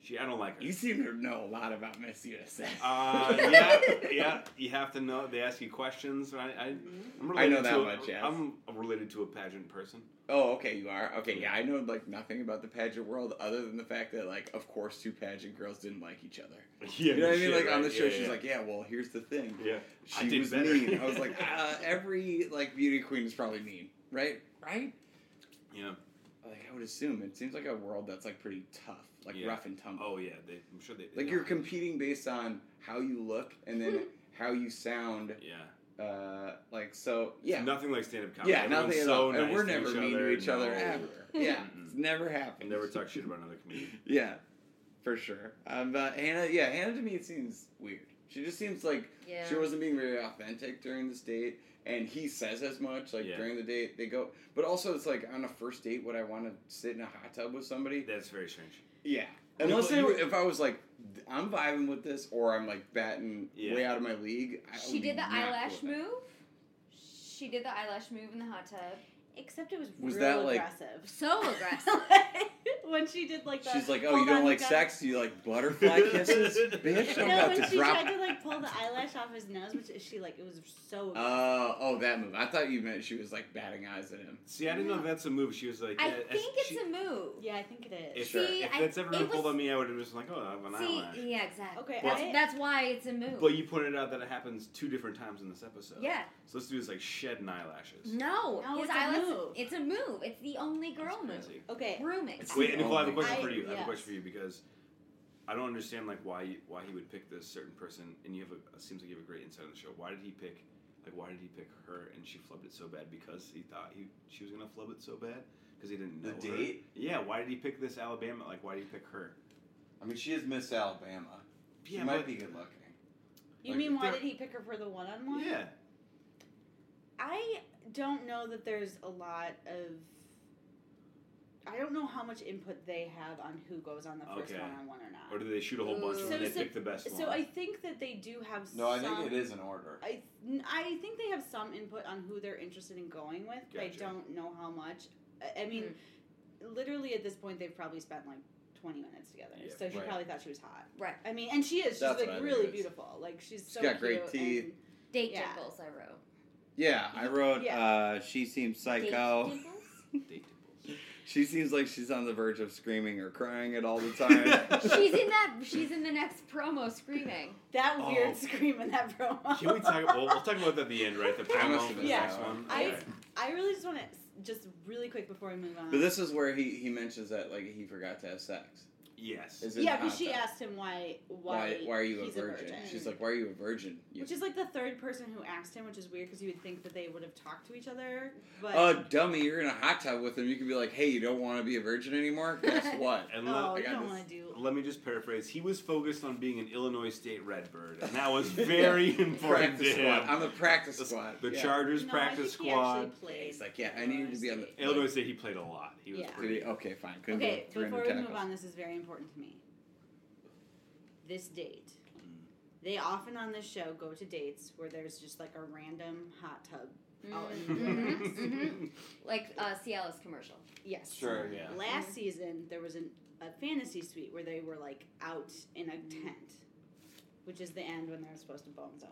She I don't like her.
You seem to know a lot about Miss USA.
Uh, yeah, yeah. You have to know. They ask you questions. I, I,
Mm-hmm.
I'm
I know
related
that
to a-
much, yes.
I'm related to a pageant person.
Oh, okay, you are. Okay, yeah, I know like nothing about the pageant world other than the fact that like, of course, two pageant girls didn't like each other.
Yeah,
You know what I mean?
shit,
Like on
right?
the show,
Yeah,
she's
yeah.
like, "Yeah, well, here's the thing.
yeah, I
She
did
was
better.
mean." I was like, uh, "Every like beauty queen is probably mean, right? Right?
yeah.
Like I would assume. It seems like a world that's like pretty tough, like
Yeah.
rough and tumble.
Oh yeah, Hmm. they, I'm sure they. they
like
know.
you're competing based on how you look and then how you sound.
Yeah,
Uh, like so, yeah,
Nothing like stand-up comedy.
yeah,
Everyone's
nothing at
so
all.
nice
and we're
to
never
each
mean
other.
to each other
No.
ever. Yeah,
Mm-mm.
it's never happened.
Never talk shit about another comedian.
Yeah, for sure. Um, but Hannah, yeah, Hannah to me it seems weird. She just seems like
Yeah.
she wasn't being very authentic during this date, and he says as much. Like
Yeah.
during the date, they go. But also, it's like on a first date, would I want to sit in a hot tub with somebody?
That's very strange.
Yeah.
No,
Unless
but
they
you-
were- if I was like, I'm vibing with this, or I'm like batting
Yeah.
way out of my league. I
She
would
did the
not go
eyelash
with that.
move. She did the eyelash move in the hot tub.
Except it was,
Was
real
that, like-
aggressive.
So aggressive.
when she did like the
She's like, oh,
hold
you don't
on,
like
gotta-
sex? You like butterfly kisses? Bitch,
No,
I'm about
when
to
she
drop.
tried to like pull the eyelash off his nose, which she like, it was so.
Oh, oh, that move. I thought you meant she was like batting eyes at him.
See, I didn't know if that's a move. She was like,
I
yeah,
think
as-
it's
she-
a move.
yeah, I think it
If,
is.
See,
if
I-
that's ever
it
been pulled
was-
on me, I would have just like, oh, I have an
See,
eyelash.
yeah, exactly.
Okay,
that's,
I-
that's why it's a move.
But you pointed out that it happens two different times in this episode.
yeah.
So let's do this like shed and eyelashes.
No,
No,
his
it's a
eyelash.
move.
It's a move. It's the only
That's
girl move.
crazy.
Okay,
Roommates.
It's-
Wait, Nicole, I have a question
I-
for you. I have a
yes.
question for you because I don't understand like why you, why he would pick this certain person, and you have a it seems like you have a great insight on the show. Why did he pick like why did he pick her and she flubbed it so bad? Because he thought he she was gonna flub it so bad because he didn't know
The
her?
date?
Yeah, why did he pick this Alabama? Like, why did he pick her?
I mean, she is Miss Alabama. She
Yeah,
might
but-
be good looking.
you
Like,
mean why
they're-
did he pick her for the one-on-one?
Yeah,
I don't know that there's a lot of. I don't know how much input they have on who goes on the first
Okay.
one on one or not.
Or do they shoot a whole bunch
Ooh.
and they
So- so-
pick the best
so
one?
I think that they do have.
No, I
some,
think it is an order.
I th- I think they have some input on who they're interested in going with. but I
Gotcha.
don't know how much. I, I mean, literally at this point, they've probably spent like twenty minutes together.
Yeah,
so she
right.
probably thought she was hot.
Right.
I mean, and she is. She's
That's what
like
I think
really
it is.
beautiful. Like she's so
got great
cute
teeth.
and-
Date
Yeah.
dimples, I wrote.
Yeah, I wrote.
Yeah.
Uh, she seems psycho.
Date dimples?
Date tables.
She seems like she's on the verge of screaming or crying at all the time.
she's in that. She's in the next promo screaming.
that
Oh.
weird scream in that promo.
Can we talk? Well, we'll talk about that at the end, right? The promo
must
for
have
the
been Yeah.
next
that
one.
one.
I
Okay.
I really just want to just really quick before we move on.
but this is where he, he mentions that like he forgot to have sex.
yes.
Is in
yeah, because she
context.
asked him why
Why,
why
why are you a
he's
virgin? She's like, why are you a virgin? You-
Which is like the third person who asked him, which is weird because you would think that they would have talked to each other. But
oh, dummy, you're in a hot tub with him. You can be like, hey, you don't want to be a virgin anymore? Guess what?
And
oh,
let,
you
got
don't
this.
want to do.
let me just paraphrase. He was focused on being an Illinois State Redbird, and that was very important to
practice squad.
him.
I'm a practice
The-
squad.
The
yeah.
Chargers
No, I
practice
think he
squad.
actually played
He's like, yeah, I needed to be on the-
Illinois
Illinois State, he played a lot. He was
Yeah.
Did he-
pretty.
Okay, fine.
State.
Couldn't
Okay,
do 300
before we move
tackles.
on, this is very important to me. This date.
Mm.
They often on this show go to dates where there's just like a random hot tub. Oh, and-
Mhm, mhm.
mm-hmm.
Like uh, Cialis commercial.
Yes.
Sure,
yeah.
Last season, there was an, a fantasy suite where they were like out in a tent, which is the end when they're supposed to bone zone.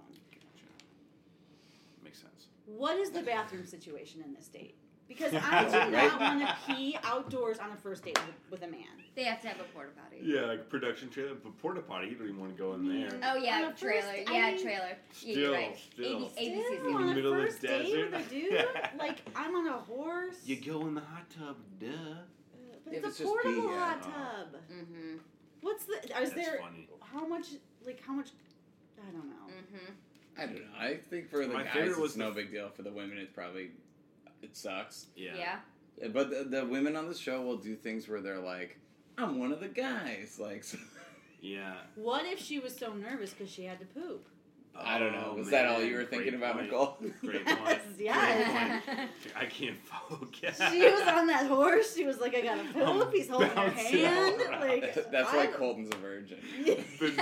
Makes sense.
What is the bathroom situation in this date? Because I do not want to pee outdoors on a first date with, with a man.
They have to have a porta potty.
Yeah, like production trailer, but porta potty. You don't even want to go in there.
Oh
On
yeah,
a first-
trailer.
I
yeah,
mean-
trailer. yeah,
Still,
you're right.
still.
ABC, ABC's
Still
In
on
the
a
middle of the
first date with a
desert?
dude? Like I'm on a horse.
You go in the hot tub, duh.
Uh, But
If
it's,
it's
a
just
portable
pee, yeah.
hot
Oh.
tub.
Mm-hmm.
What's the? Is
That's
there
funny.
how much? Like how much? I don't know.
Mm-hmm.
I don't know. I think for the
My favorite
guys, it's
was the
no
f-
big deal. For the women, it's probably it sucks.
Yeah.
yeah.
But the, the women on the show will do things where they're like, "I'm one of the guys." Like, so-
Yeah.
What if she was so nervous because she had to poop?
I don't know.
Oh,
Was that all
man.
you were thinking
Great
about,
point.
Nicole?
Great
Yes,
point.
yes.
Great point. I can't focus.
She was on that horse. She was like, I gotta poop.
I'm
He's holding her
bouncing
hand.
all around.
Like
That's why
I'm-
Colton's a virgin.
Been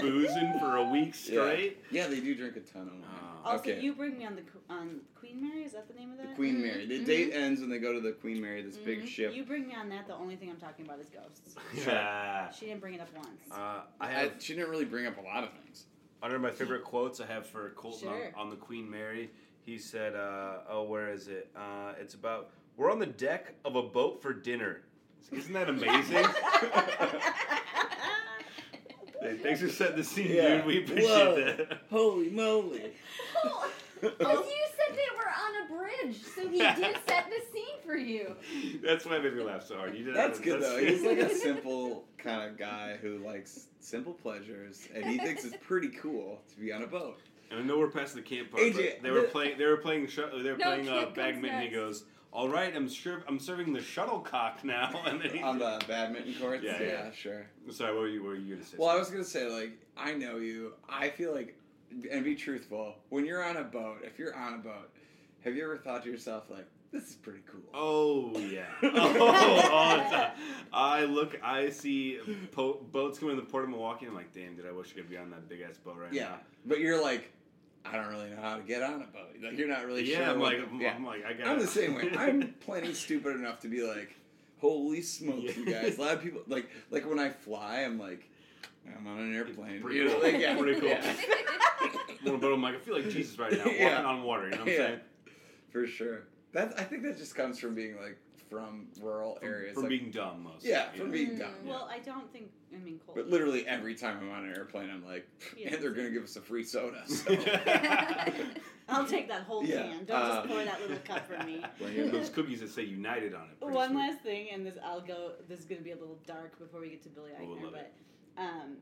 boozing for a week straight.
Yeah, they do drink a ton of wine.
Oh.
Also,
okay.
you bring me on the Q- on Queen Mary. Is that the name of
the
that?
Queen
Mhm,
Mary. The
mhm.
date ends when they go to the Queen Mary, this big
Mhm.
ship.
You bring me on that. The only thing I'm talking about is ghosts.
Yeah.
She didn't bring it up once.
Uh, I
I
have
she didn't really bring up a lot of things.
under my favorite quotes I have for Colton on-
Sure.
on, the Queen Mary. He said, uh, "Oh, where is it? Uh, it's about we're on the deck of a boat for dinner. Isn't that amazing? Hey, Thanks for setting the scene,
Yeah.
dude. We appreciate
Whoa.
that.
Holy moly!
Oh, well, you said they were on a bridge, so he did set the scene for you.
That's why it made me laugh so hard. You did.
That's good though. He's like a
good.
simple kind of guy who likes simple pleasures, and he thinks it's pretty cool to be on a boat.
And I know we're past the camp part.
AJ,
but they were
the-
playing. They were playing. Sh- they were
No,
playing
camp
uh,
comes
badminton. He
next.
goes, "All right, I'm sure. I'm serving the shuttlecock now." And then he,
on the badminton courts.
Yeah,
Yeah,
yeah.
sure.
sorry, what were you, what were you gonna say?
Well, I was gonna say like I know you. I feel like, and be truthful. When you're on a boat, if you're on a boat, have you ever thought to yourself like, "This is pretty cool"?
Oh yeah. Oh, all the time. I look. I see po- boats coming in the port of Milwaukee. and I'm like, damn, did I wish I could be on that big ass boat right
yeah,
now?
but you're like, I don't really know how to get on a boat. Like you're not really
yeah,
sure.
I'm
what
like,
the-
I'm,
yeah.
I'm like, I got.
I'm the same way. I'm plenty stupid enough to be like, holy smokes, you guys. A lot of people like like when I fly, I'm like, I'm on an airplane.
Pretty
You know,
cool.
like, yeah,
Pretty cool.
yeah,
I'm on a boat. I'm like, I feel like Jesus right now, walking
Yeah.
on water. You know what I'm
Yeah.
saying?
for sure. That I think that just comes from being like from rural areas.
From
like-
being dumb, mostly.
yeah, from being
Mm.
dumb.
well, I don't think. I mean, Cole.
But literally every time I'm on an airplane, I'm like,
Yeah.
and they're gonna give us a free soda. So.
When
I'll take that whole
Yeah,
can. Don't
uh,
just pour that little cup for me.
you have
those cookies that say United on it. pretty
One
sweet.
last thing, and this I'll go. This is going to be a little dark before we get to Billy
Oh, I
Eichner,
love it.
but um,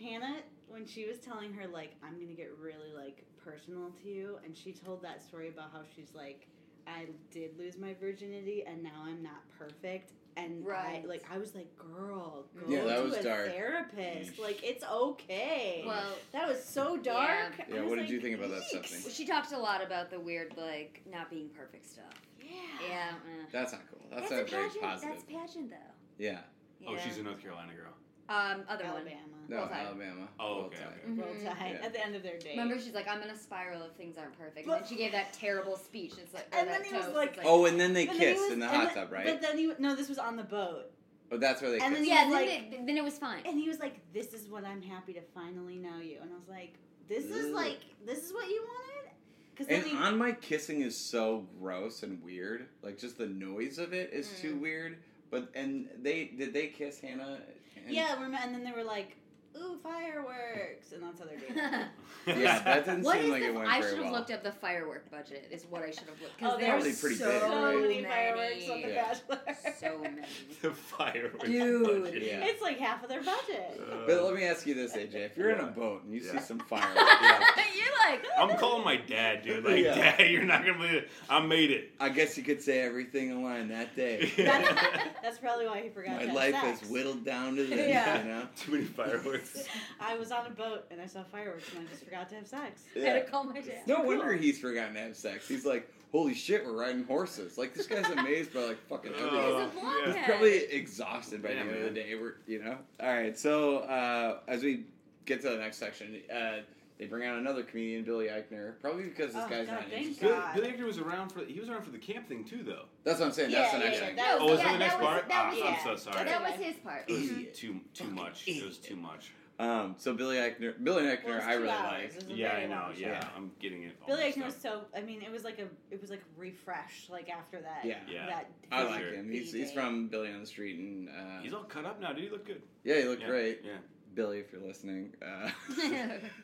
Hannah, when she was telling her like, I'm going to get really like personal to you, and she told that story about how she's like, I did lose my virginity, and now I'm not perfect. And
Right.
I, like I was like, girl, go
Yeah, that
to
was
a
dark.
therapist. Like it's okay.
well,
that was so dark.
Yeah.
I
Yeah,
was
what did you
like,
think about that,
"Yikes."
Stephanie?
she talked a lot about the weird, like, not being perfect stuff.
Yeah,
Yeah. eh.
That's not cool. That's,
a
not very
pageant.
positive.
That's pageant though.
yeah.
Yeah.
Oh, she's a North Carolina girl.
um other
Alabama.
No,
Roll Tide.
Alabama.
Oh,
Roll
okay,
Tide.
okay.
one.
Roll
Mhm.
Tide
Yeah.
at the end of their day.
Remember, she's like, I'm in a spiral if things aren't perfect.
But-
and then she gave that terrible speech. It's like,
And
or
then
that
he was
toast.
like-
It's
Oh, and then they
But then he
kissed
was-
in the
and then-
hot tub, right?
But then he no, this was on the boat,
oh, that's where they
and
kissed.
then he
yeah.
was
Then,
like-
it- then it was fine.
and he was like, "This is what I'm happy to finally know you," and I was like, "This is
Ooh.
like this is what you wanted," because then
And
he,
on my kissing is so gross and weird. Like just the noise of it is too
Mm.
weird. But and they did they kiss Hannah? And,
yeah, remember, and then they were like, "Ooh, fireworks," and that's how they're doing.
yeah. That didn't
What is
seem like
the?
it went
I
very
should have
well.
looked up the firework budget. Is what I should have looked.
Oh,
Because
they're
Probably pretty
so
big,
so
right?
many fireworks on The
Yeah.
Bachelor.
So many.
The fireworks.
Dude.
budget.
Yeah.
It's like half of their budget.
Uh,
But let me ask you this, AJ: If you're in a
Yeah.
boat and you see
Yeah.
some fireworks,
Yeah.
You're like.
I'm calling my dad, dude. Like,
Yeah.
dad, you're not gonna believe it. I made it.
I guess you could say everything aligned that day.
That's, that's probably why he forgot. to
My
have
life
sex.
is whittled down to this,
Yeah.
you know.
Too many fireworks.
I was on a boat and I saw fireworks and I just forgot to have sex.
I had to call my dad.
No wonder he's forgotten to have sex. He's like, holy shit, we're riding horses. Like this guy's amazed by like fucking
Oh,
everything.
He's a blonde
yeah.
He's
head.
probably exhausted by
Yeah,
the end of the
man.
day. We're, you know. All right. So uh, as we get to the next section, uh, they bring out another comedian, Billy Eichner, probably because this
Oh,
guy's
God,
not
thank
interested.
Bill,
God.
Bill Eichner was around for he was around for the camp thing too, though.
That's what I'm saying. That's the
Yeah,
next
yeah,
thing.
yeah, that
Oh, was that
yeah,
the next
was-
part?
That was,
Ah, I'm
yeah.
so sorry.
that was his part.
It was
Idiot.
too too
Fucking
much. It was too much.
Um. So Billy Eichner, Billy Eichner,
Well, it was
I
two
really
hours. It
like.
was a
Yeah,
very
I know.
long show.
Yeah,
Yeah.
I'm getting it. all
Billy
mixed
Eichner
up.
was so. I mean, it was like a. It was like refresh. Like after that.
Yeah.
Yeah.
That.
I
For
like
sure.
him. He's, he's from Billy on the Street, and uh,
He's all cut up now, dude. He looked good.
yeah, he looked
Yeah,
great.
Yeah.
Billy, if you're listening, uh,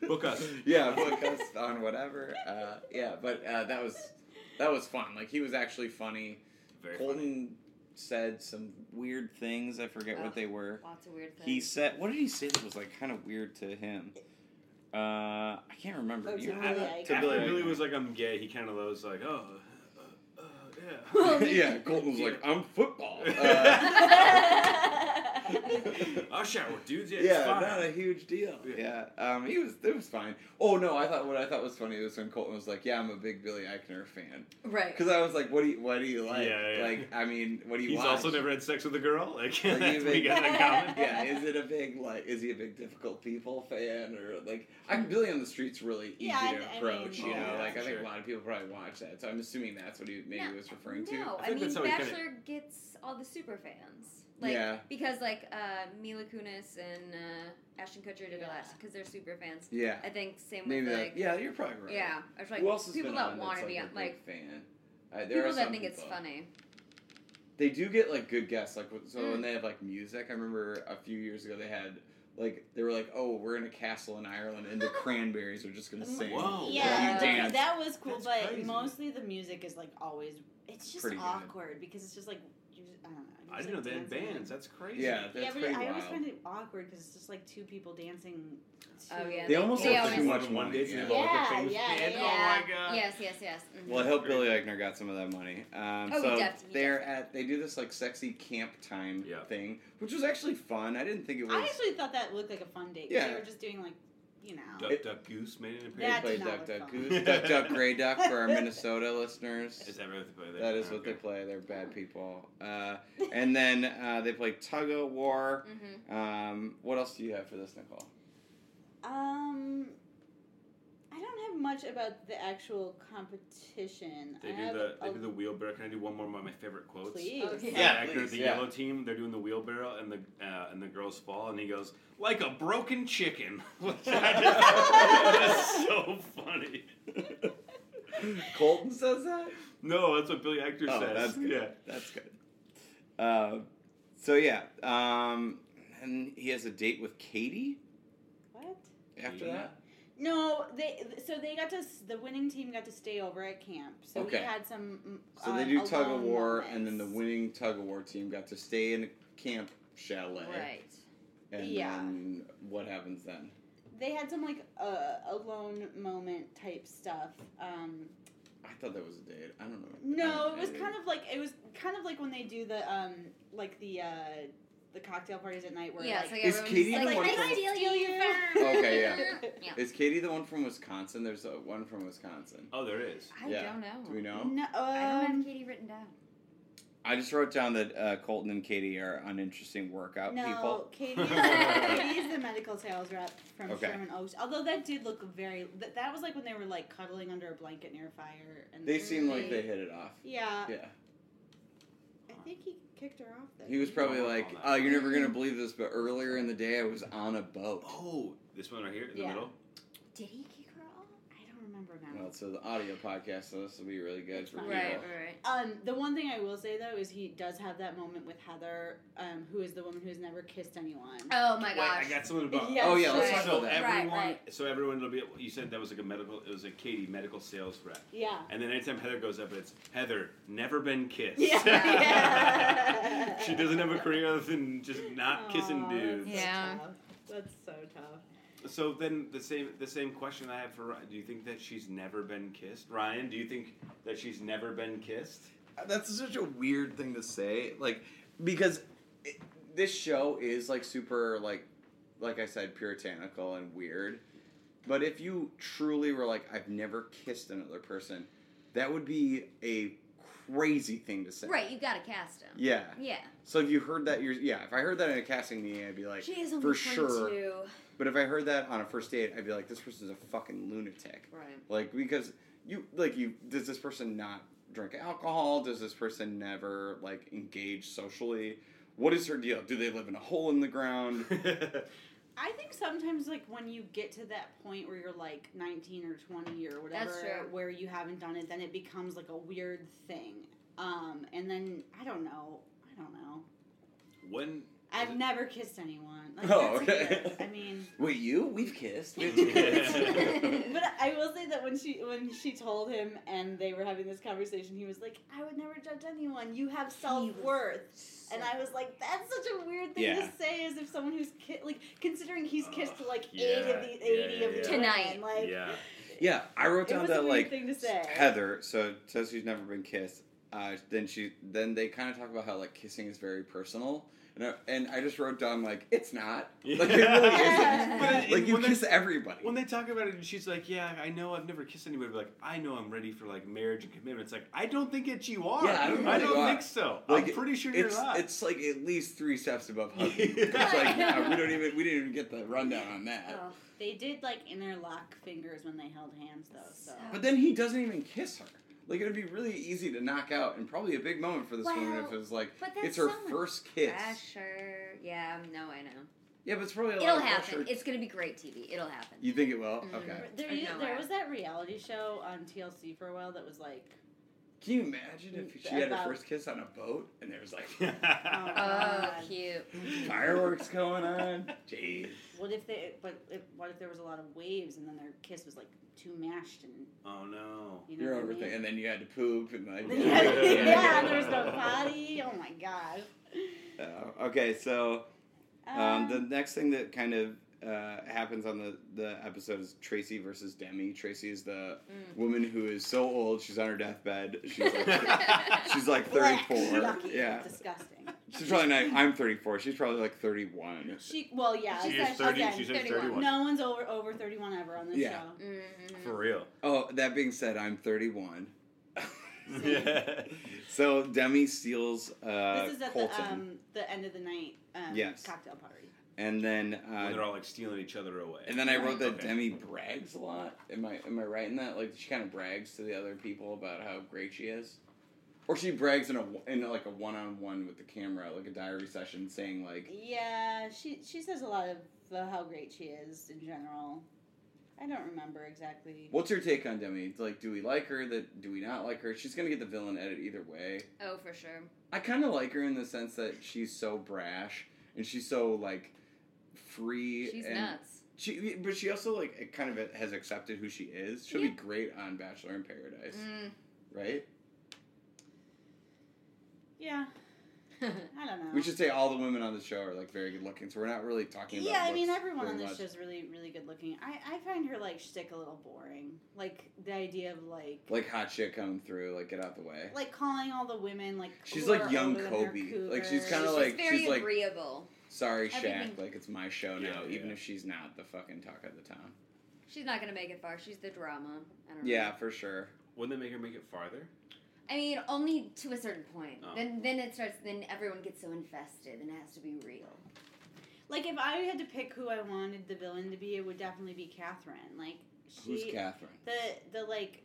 Book us.
yeah, book us on whatever. Uh, yeah, but uh, that was that was fun. Like he was actually funny.
Very
Colton
funny.
said some weird things. I forget
Oh.
what they were.
Lots of weird
He
things.
said, "What did he say that was like kind of weird to him?" Uh, I can't remember.
Oh,
You-
to
I-
Billy
to
Eichner.
After
Billy
Billy,
Eichner.
was like, "I'm gay," he kind of was like, "Oh, uh, uh,
Well,
yeah."
yeah, Colton was like, "I'm football." Uh,
yeah.
I'll shower with dudes. Yeah, it's
yeah,
fine.
not a huge deal. Yeah,
Yeah.
um, he was. It was fine. Oh no, I thought what I thought was funny was when Colton was like, "Yeah, I'm a big Billy Eichner fan,"
right.
because I was like, "What do you? What do you like?
Yeah, yeah.
Like, I mean, what do you?"
He's
watch?
also never had sex with a girl. Like,
Like,
that's
he's
what
a-
we got in common.
yeah, is it a big like? Is he a big difficult people fan or like? I'm Billy on the Streets really easy
Yeah, I- I
to
mean-
approach. you
Oh,
know,
yeah,
like I
for
think
sure.
a lot of people probably watch that, so I'm assuming that's what he maybe
No,
was referring to.
No,
I
I,
think
mean
that's how he
Bachelor
kinda-
gets all the super fans. Like,
Yeah.
Because like uh, Mila Kunis and uh, Ashton Kutcher did it
Yeah.
last because they're super fans.
Yeah,
I think same
maybe
with
that.
like
yeah, you're probably right.
yeah, I was like
Who else has
people
been
that
on
want to
that's,
be on
like, a
like
big fan. Uh, there
people
are
that
some
think it's
people.
funny.
They do get like good guests. Like so,
Mm.
when they have like music, I remember a few years ago they had like they were like, "Oh, we're in a castle in Ireland, and the Cranberries are just gonna
Oh
sing."
Whoa.
Yeah,
Oh, You dance.
that was cool,
That's
but
crazy.
mostly the music is like always. It's just
Pretty good.
awkward because it's just like you just, I don't know. you
I
just,
didn't know
like,
they had
dancing.
bands. That's crazy.
Yeah, that's
yeah, but
pretty
I
wild.
always find it awkward because it's just like two people dancing. To,
Oh, yeah.
They almost
They
have
always-
too much
One
money.
day to
Yeah.
the local
Yeah,
famous
yeah,
band.
yeah.
Oh my god.
Yes, yes, yes. mhm.
Well, I hope Billy Eichner got some of that money. Um,
Oh, he
so
def- he
they're
def-
at they do this like sexy camp time
Yeah.
thing, which was actually fun. I didn't think it was.
I actually thought that looked like a fun date. 'cause
Yeah.
They were just doing like, you know.
Duck Duck Goose made an
they
That
appearance.
play
did not
Duck
look
Duck
fun.
Goose, Duck Duck Gray Duck for our Minnesota listeners.
Is that what they play there?
That is what
Okay.
they play. They're bad people. Uh, and then uh, they play tug of war.
Mhm.
Um, what else do you have for this, Nicole?
Um, I don't have much about the actual competition.
They
I
do
have
the they
a-
do the wheelbarrow. Can I do one more of my favorite quotes?
Please.
Oh, yeah.
Yeah,
Back there,
please,
the
yeah.
yellow team, they're doing the wheelbarrow, and the uh, and the girls fall, and he goes like a broken chicken. Which I just- That's so funny.
Colton says that.
No, that's what Billy Actor
Oh,
says.
that's good.
Yeah,
That's good. Uh, so yeah, um, and he has a date with Katie
What?
after
Yeah.
that.
No, they so they got to s- the winning team got to stay over at camp. So
Okay.
we had some. mm,
So they
uh,
do tug of
alone
war,
moments.
and then the winning tug of war team got to stay in a camp chalet.
Right.
And
Yeah.
then what happens then?
They had some like uh, alone moment type stuff. Um,
I thought that was a date. I don't know.
no, it was kind of like it was kind of like when they do the um like the uh the cocktail parties at night where
yeah,
like,
it's like
Is
everyone's
Katie
just
the
like,
one
"Can
from-
I steal you first?"
Okay, yeah.
yeah.
Is Katie the one from Wisconsin? There's a one from Wisconsin.
Oh, there is.
I
Yeah.
don't know.
Do we know?
no,
I don't
um,
have Katie written down.
I just wrote down that uh, Colton and Katie are uninteresting workout
no,
people.
Katie is, Katie is the medical sales rep from
Okay.
Sherman Oaks. Although that did look very, that, that was like when they were like cuddling under a blanket near a fire. And
They
were,
seem like they hit it off.
Yeah,
Yeah.
I think he kicked her off. That
He was probably
Don't
like,
work on
"Oh,
that.
you're never gonna believe this, but earlier in the day I was on a boat."
Oh, this one right here in the
Yeah.
middle.
Did he kick her off?
I don't remember now.
Well, it's an audio podcast, so this will be really good.
It's
For
fine.
people.
Right, right.
Um, the one thing I will say though is he does have that moment with Heather, um, who is the woman who has never kissed anyone.
Oh my
Wait,
gosh.
I got something about.
Yes,
Oh, yeah, let's
right.
talk
So
about that.
Right,
everyone,
right.
so everyone will be. You said that was like a medical. It was a Katie medical sales rep,
Yeah.
and then anytime Heather goes up, it's Heather never been kissed.
Yeah. Yeah.
she doesn't have a career other than just not kissing
Aw,
dudes.
That's
Yeah.
So tough. That's so tough.
So then the same the same question I have for Ryan. Do you think that she's never been kissed, Ryan? Do you think that she's never been kissed?
That's such a weird thing to say, like because it, this show is like super like like I said puritanical and weird. But if you truly were like I've never kissed another person, that would be a crazy thing to say.
Right, you gotta cast him.
Yeah.
Yeah.
So if you heard that you're yeah, if I heard that in a casting meeting, I'd be like
She is only
for
22.
sure. But if I heard that on a first date, I'd be like this person's a fucking lunatic.
Right.
Like because you like you does this person not drink alcohol? Does this person never like engage socially? What is her deal? Do they live in a hole in the ground?
I think sometimes like when you get to that point where you're like 19 or 20 or whatever
true.
where you haven't done it then it becomes like a weird thing. Um and then I don't know. I don't know.
when
I've
it-
never kissed anyone. Like,
Oh,
that's
okay.
weird. I mean,
Wait, you? We've kissed. We've
but I will say that when she when she told him and they were having this conversation, he was like, "I would never judge anyone. You have self worth." And I was like, "That's such a weird thing
Yeah.
to say, as if someone who's ki- like considering he's kissed
Ugh,
like
yeah,
eight of the
yeah,
eighty
yeah,
of the
yeah.
Tonight.
women, like
yeah,
yeah, I wrote
it
down
was a
that
weird
like
thing to say.
Heather. So it says she's never been kissed. Uh, then she then they kind of talk about how like kissing is very personal. And I, and I just wrote down like it's not like it really isn't.
But it-
Like you
when they-
kiss everybody.
When they talk about it, and she's like, "Yeah, I know I've never kissed anybody, but like, I know I'm ready for like marriage and commitment." It's like, I don't think that you are.
Yeah, I don't think you are.
think so.
Like,
I'm pretty sure
it's
you're not.
it's like at least three steps above hugging.
Yeah.
It's like no, we don't even we didn't even get the rundown on that.
Oh,
They did like interlock fingers when they held hands, though. So,
But then he doesn't even kiss her. Like it would be really easy to knock out, and probably a big moment for this woman if
Well,
it was like
but that's
it's her
so much
first kiss.
pressure. Yeah, no, I know.
Yeah, but it's probably a
It'll
lot of
happen.
pressure.
It's gonna be great TV. It'll happen.
You think it will?
Mm.
Okay.
there,
I
you,
know
there
it.
was that reality show on TLC for a while that was like,
Can you imagine
Mm-hmm.
if she had her
About-
first kiss on a boat and there was like
oh,
God.
cute.
fireworks going on? Jeez.
what if they? But if, what if there was a lot of waves and then their kiss was like too mashed and
oh no.
you know
You're
what I mean?
overthinking, and then you had to poop and like.
yeah,
Yeah.
there's no potty. Oh my gosh.
Uh, okay, so
Um,
Um, the next thing that kind of uh, happens on the, the episode is Tracy versus Demi. Tracy is the
Mm.
woman who is so old she's on her deathbed. She's like she's like thirty
black,
four.
yucky,
Yeah,
Disgusting.
she's probably not. I'm thirty four. She's probably like thirty one.
She well yeah.
She
it's
She
said
is
not-
thirty.
again,
She said
31.
thirty-one.
no one's over over thirty one ever on this
Yeah.
show.
Mhm.
For real.
Oh, that being said, I'm thirty one.
yeah.
so Demi steals uh,
This is at
Colton,
the um the end of the night um,
Yes.
cocktail party.
and then
when they're
uh,
all like stealing each other away.
and then I wrote that
Okay.
Demi brags a lot. Am I am I right in that? Like she kind of brags to the other people about how great she is, or she brags in a in like a one on one with the camera, like a diary session, saying like,
Yeah, she she says a lot of uh, how great she is in general. I don't remember exactly.
"What's your take on Demi? Like, do we like her? That do we not like her? She's gonna get the villain edit either way.
Oh, for sure.
I kind of like her in the sense that she's so brash and she's so like free.
She's
and
nuts.
She, but she also like it kind of has accepted who she is. She'll
Yeah.
be great on Bachelor in Paradise,
Mm.
right?
Yeah, I don't know.
We should say all the women on the show are like very good looking, so we're not really talking about.
yeah, I
looks
mean everyone on
very
this
much.
show is really, really good looking. I, I find her like shtick a little boring. Like the idea of like
Like hot shit coming through, like get out the way.
like calling all the women like
She's
who
like
are
young
older than her
Kobe. Like, she's
cougars.
kinda
she's
like-
very
she's like-
agreeable.
Sorry, Shaq.
Everything-
Like it's my show
Yeah,
now,
yeah,
even
yeah.
if she's not the fucking talk of the town.
She's not gonna make it far. She's the drama. I don't know.
Yeah, for sure.
Wouldn't they make her make it farther?
I mean, only to a certain point.
Oh.
Then then it starts. Then everyone gets so invested, and it has to be real.
Like if I had to pick who I wanted the villain to be, it would definitely be Catherine. Like
Who's
she
Catherine?
the the like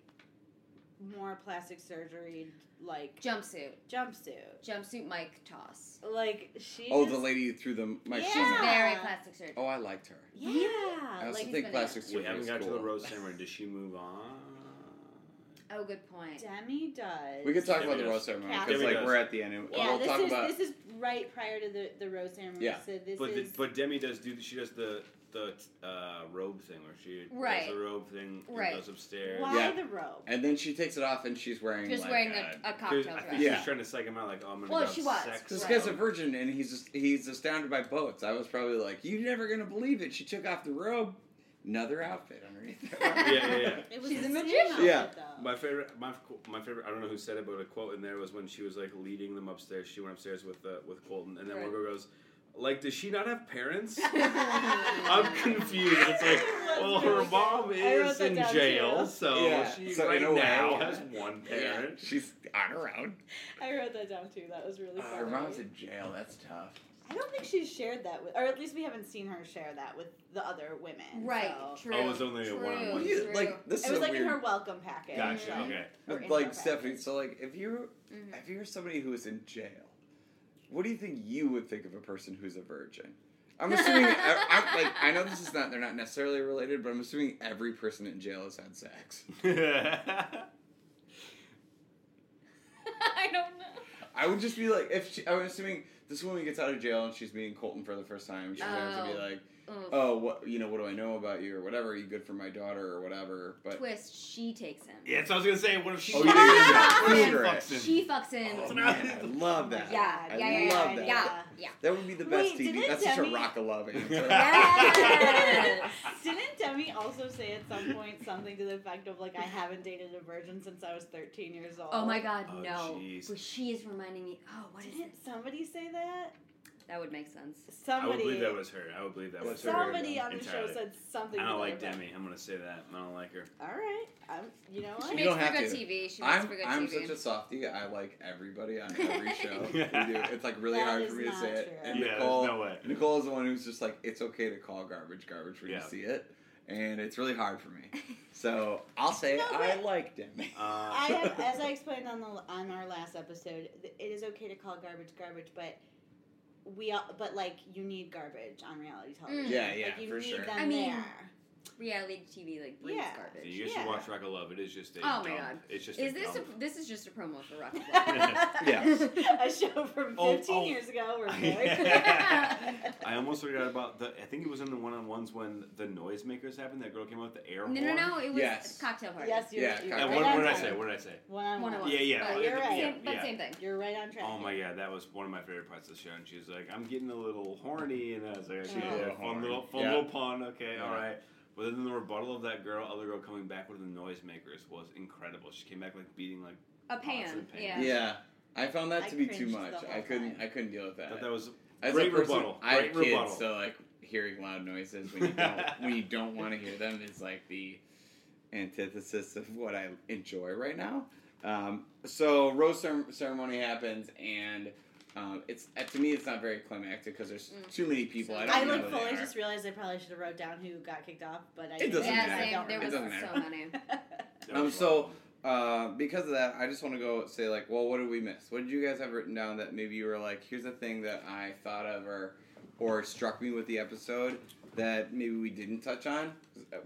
more plastic surgery like
Jumpsuit,
jumpsuit.
jumpsuit, Mike toss.
Like she
Oh,
just-
the lady through the mic.
Yeah.
She's very
Yeah. Uh,
plastic surgery.
Oh, I liked her.
Yeah.
I also
Like
she's
think
been
plastic
in-
surgery.
we haven't
is
got to
cool.
the rose ceremony. Does she move on?
Oh, good point.
Demi does.
We could talk
Yeah,
about
we
the
just-
rose ceremony
Yeah.
Yeah,
because
we
like
just-
we're at the end. And
Yeah,
we'll
this
talk
is
about.
this is right prior to the the rose ceremony.
Yeah.
So this
But the,
is
but Demi does do she does the the uh, robe thing where she
Right.
does the robe thing and
Right.
goes upstairs.
why
Yeah.
the robe?
and then she takes it off and she's wearing.
Just
like, uh,
wearing a, a
There's-
cocktail
I
dress.
think
Yeah.
she's trying to psych him out. Like, oh, I'm gonna
Well,
go
she was,
Sex
This
Right.
guy's a virgin and he's just, he's astounded by boats. I was probably like, "You're never gonna believe it." She took off the robe, another outfit underneath.
yeah,
Her.
yeah, yeah.
It was
She's
the
a
same
magician.
outfit,
Yeah.
though.
My favorite, my my favorite. I don't know who said it, but a quote in there was when she was like leading them upstairs. She went upstairs with uh, with Colton, and then
Right.
Margot goes, "Like, does she not have parents?" I'm confused. It's like, well, her mom
I wrote
is
that
in
down,
jail,
too.
so
Yeah,
she
so
right
in a way,
now
yeah.
has one
Yeah,
parent.
she's on her own.
I wrote that down too. That was really
Uh, her
funny.
mom's in jail. That's tough.
I don't think she's shared that with, or at least we haven't seen her share that with the other women.
Right.
so.
True.
Oh, it was only a
true,
one-on-one.
What do
True.
you, like this
It
is
was
a
like
weird.
in her welcome package.
Gotcha.
like-
Okay.
her Mm-hmm.
but
intro
like
package.
Stephanie, so like if you
Mhm.
if you're somebody who is in jail, what do you think you would think of a person who's a virgin? I'm assuming I, I'm, like I know this is not they're not necessarily related, but I'm assuming every person in jail has had sex.
I don't know.
I would just be like if she, I'm assuming this woman gets out of jail and she's meeting Colton for the first time. She's going to be
Oh.
like,
Oh,
oh, what you know, what do I know about you or whatever? Are you good for my daughter or whatever? But
twist. She takes him.
Yeah, that's what I was gonna say. What if she?
oh,
Oh,
you didn't
yeah.
even
Yeah.
fucks him.
She fucks him.
Oh,
It's
man,
not-
I love that.
yeah,
I
yeah, yeah,
love
yeah,
that.
yeah, yeah.
That would be the best
Wait,
TV.
didn't
That's such a
Demi-
rock of love answer.
Yes.
Didn't Demi also say at some point something to the effect of like I haven't dated a virgin since I was 13 years old?
Oh my god,
Oh,
no.
jeez.
But she is reminding me. Oh, what is
Didn't
it?
somebody say that?
That would make sense.
I would
Somebody.
believe that was her. I would believe that was her.
somebody on the
Entirely.
show said something.
I
to
don't
the
like
effect.
Demi. I'm gonna say that. I don't like her.
All right, I'm. um, You know
She
what?
You
makes
don't
for
have
good
to.
TV. She makes
I'm,
for good
I'm
TV.
such a softie. I like everybody on every show. we do. It's like really
That
hard
is
for me to
not
say it.
true.
And
yeah,
Nicole,
there's no way.
Nicole is the one who's just like, it's okay to call garbage garbage when
Yeah.
you see it, and it's really hard for me. So I'll say
No,
I
but-
like Demi.
Uh,
I have, as I explained on the on our last episode, th- it is okay to call garbage garbage, but we all, but like you need garbage on reality television.
Yeah,
Like,
yeah,
you
for
need
sure.
Them
Mm. I mean,
there.
Reality TV like brings
Yeah.
garbage.
you guys
Yeah.
should watch Rock of Love. It is just a
Oh my
dump.
God.
It's just
Is
a
this
dump.
a, this is just a promo for Rock?
a show from 15
Oh, oh.
years ago. We're
Yeah.
good.
I almost forgot about the. I think it was in the one-on-ones when the noisemakers happened. That girl came out with the air
No,
horn.
no, no. It was
Yes.
cocktail party.
yes, you're,
Yeah,
you're
I
And
right
what,
on
what did I
time.
say? What did I say?
One on
One on
one.
one.
Yeah, yeah.
But
uh,
you're
yeah,
right.
yeah.
Same, but same thing.
You're right on track.
Oh my god, that was one of my favorite parts of the show. And she was like, "I'm getting a little horny," and I was like,
She's
"Okay,
a
little
yeah, fun
horny.
little, fun
Yeah.
little pun. Okay,
Yeah.
all right." But then the rebuttal of that girl, other girl coming back with the noisemakers was incredible. She came back like beating like
A
Pots
pan.
and
Yeah.
pans.
Yeah, I found that
I
to be too
cringed the
much.
whole
I couldn't.
time.
I couldn't deal with
I
that.
thought that was
As
great
a person,
rebuttal.
I have
Great
kids,
rebuttal.
so like hearing loud noises when you don't when you don't want to hear them is like the antithesis of what I enjoy right now. Um, so rose cer- ceremony happens, and um, it's uh, to me it's not very climactic because there's
Mm.
too many people. I
So-
don't
I
know
like
who they
fully
are.
just realized I probably should have wrote down who got kicked off, but I
It doesn't
didn't,
matter.
I
yeah
don't
same. There
It
was
remember.
so
doesn't matter.
many.
That
Um,
was
so
wild.
uh, because of that, I just want to go say like, well, what did we miss? What did you guys have written down that maybe you were like, here's a thing that I thought of or or struck me with the episode that maybe we didn't touch on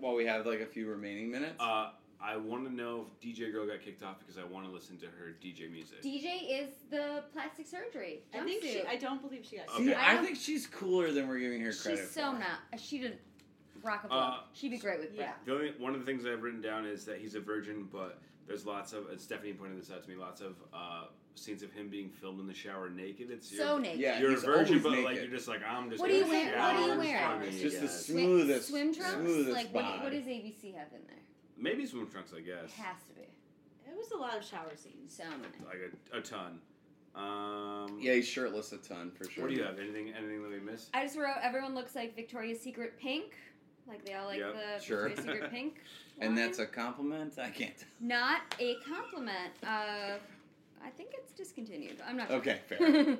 while we have like a few remaining minutes.
Uh, I want to know if DJ Girl got kicked off because I want to listen to her DJ music.
DJ is the plastic surgery.
I think she.
jumpsuit.
I don't believe she got.
Okay.
See,
I
I,
don't-
think she's cooler than we're giving her credit.
She's so
for.
not. uh, She did rock a
Uh,
She'd be great with
yeah.
Brad.
The only one of the things I've written down is that he's a virgin, but there's lots of and Stephanie pointed this out to me. Lots of uh, scenes of him being filmed in the shower naked. It's
so
you're,
naked.
Yeah,
you're a
He's
virgin,
always
but like
naked.
you're just like I'm just.
What do you
gonna
wear- what do you
shower
wear?
in front of
It's
you
just the
guys."
Swi-
smoothest-
swim trunks.
smoothest
like what,
bod.
what does ABC have in there?
maybe swim trunks. I
It
guess
has to be
It was a lot of shower scenes.
so many.
like a, a ton. Um,
Yeah, he's shirtless a ton for sure.
What do you have? Anything? Anything that we missed?
I just wrote everyone looks like Victoria's Secret pink. Like they all like
Yep,
the
sure.
Victoria's Secret pink.
And
line.
that's a compliment. I can't.
not a compliment. Uh, I think it's discontinued. I'm not. sure.
Okay, fair.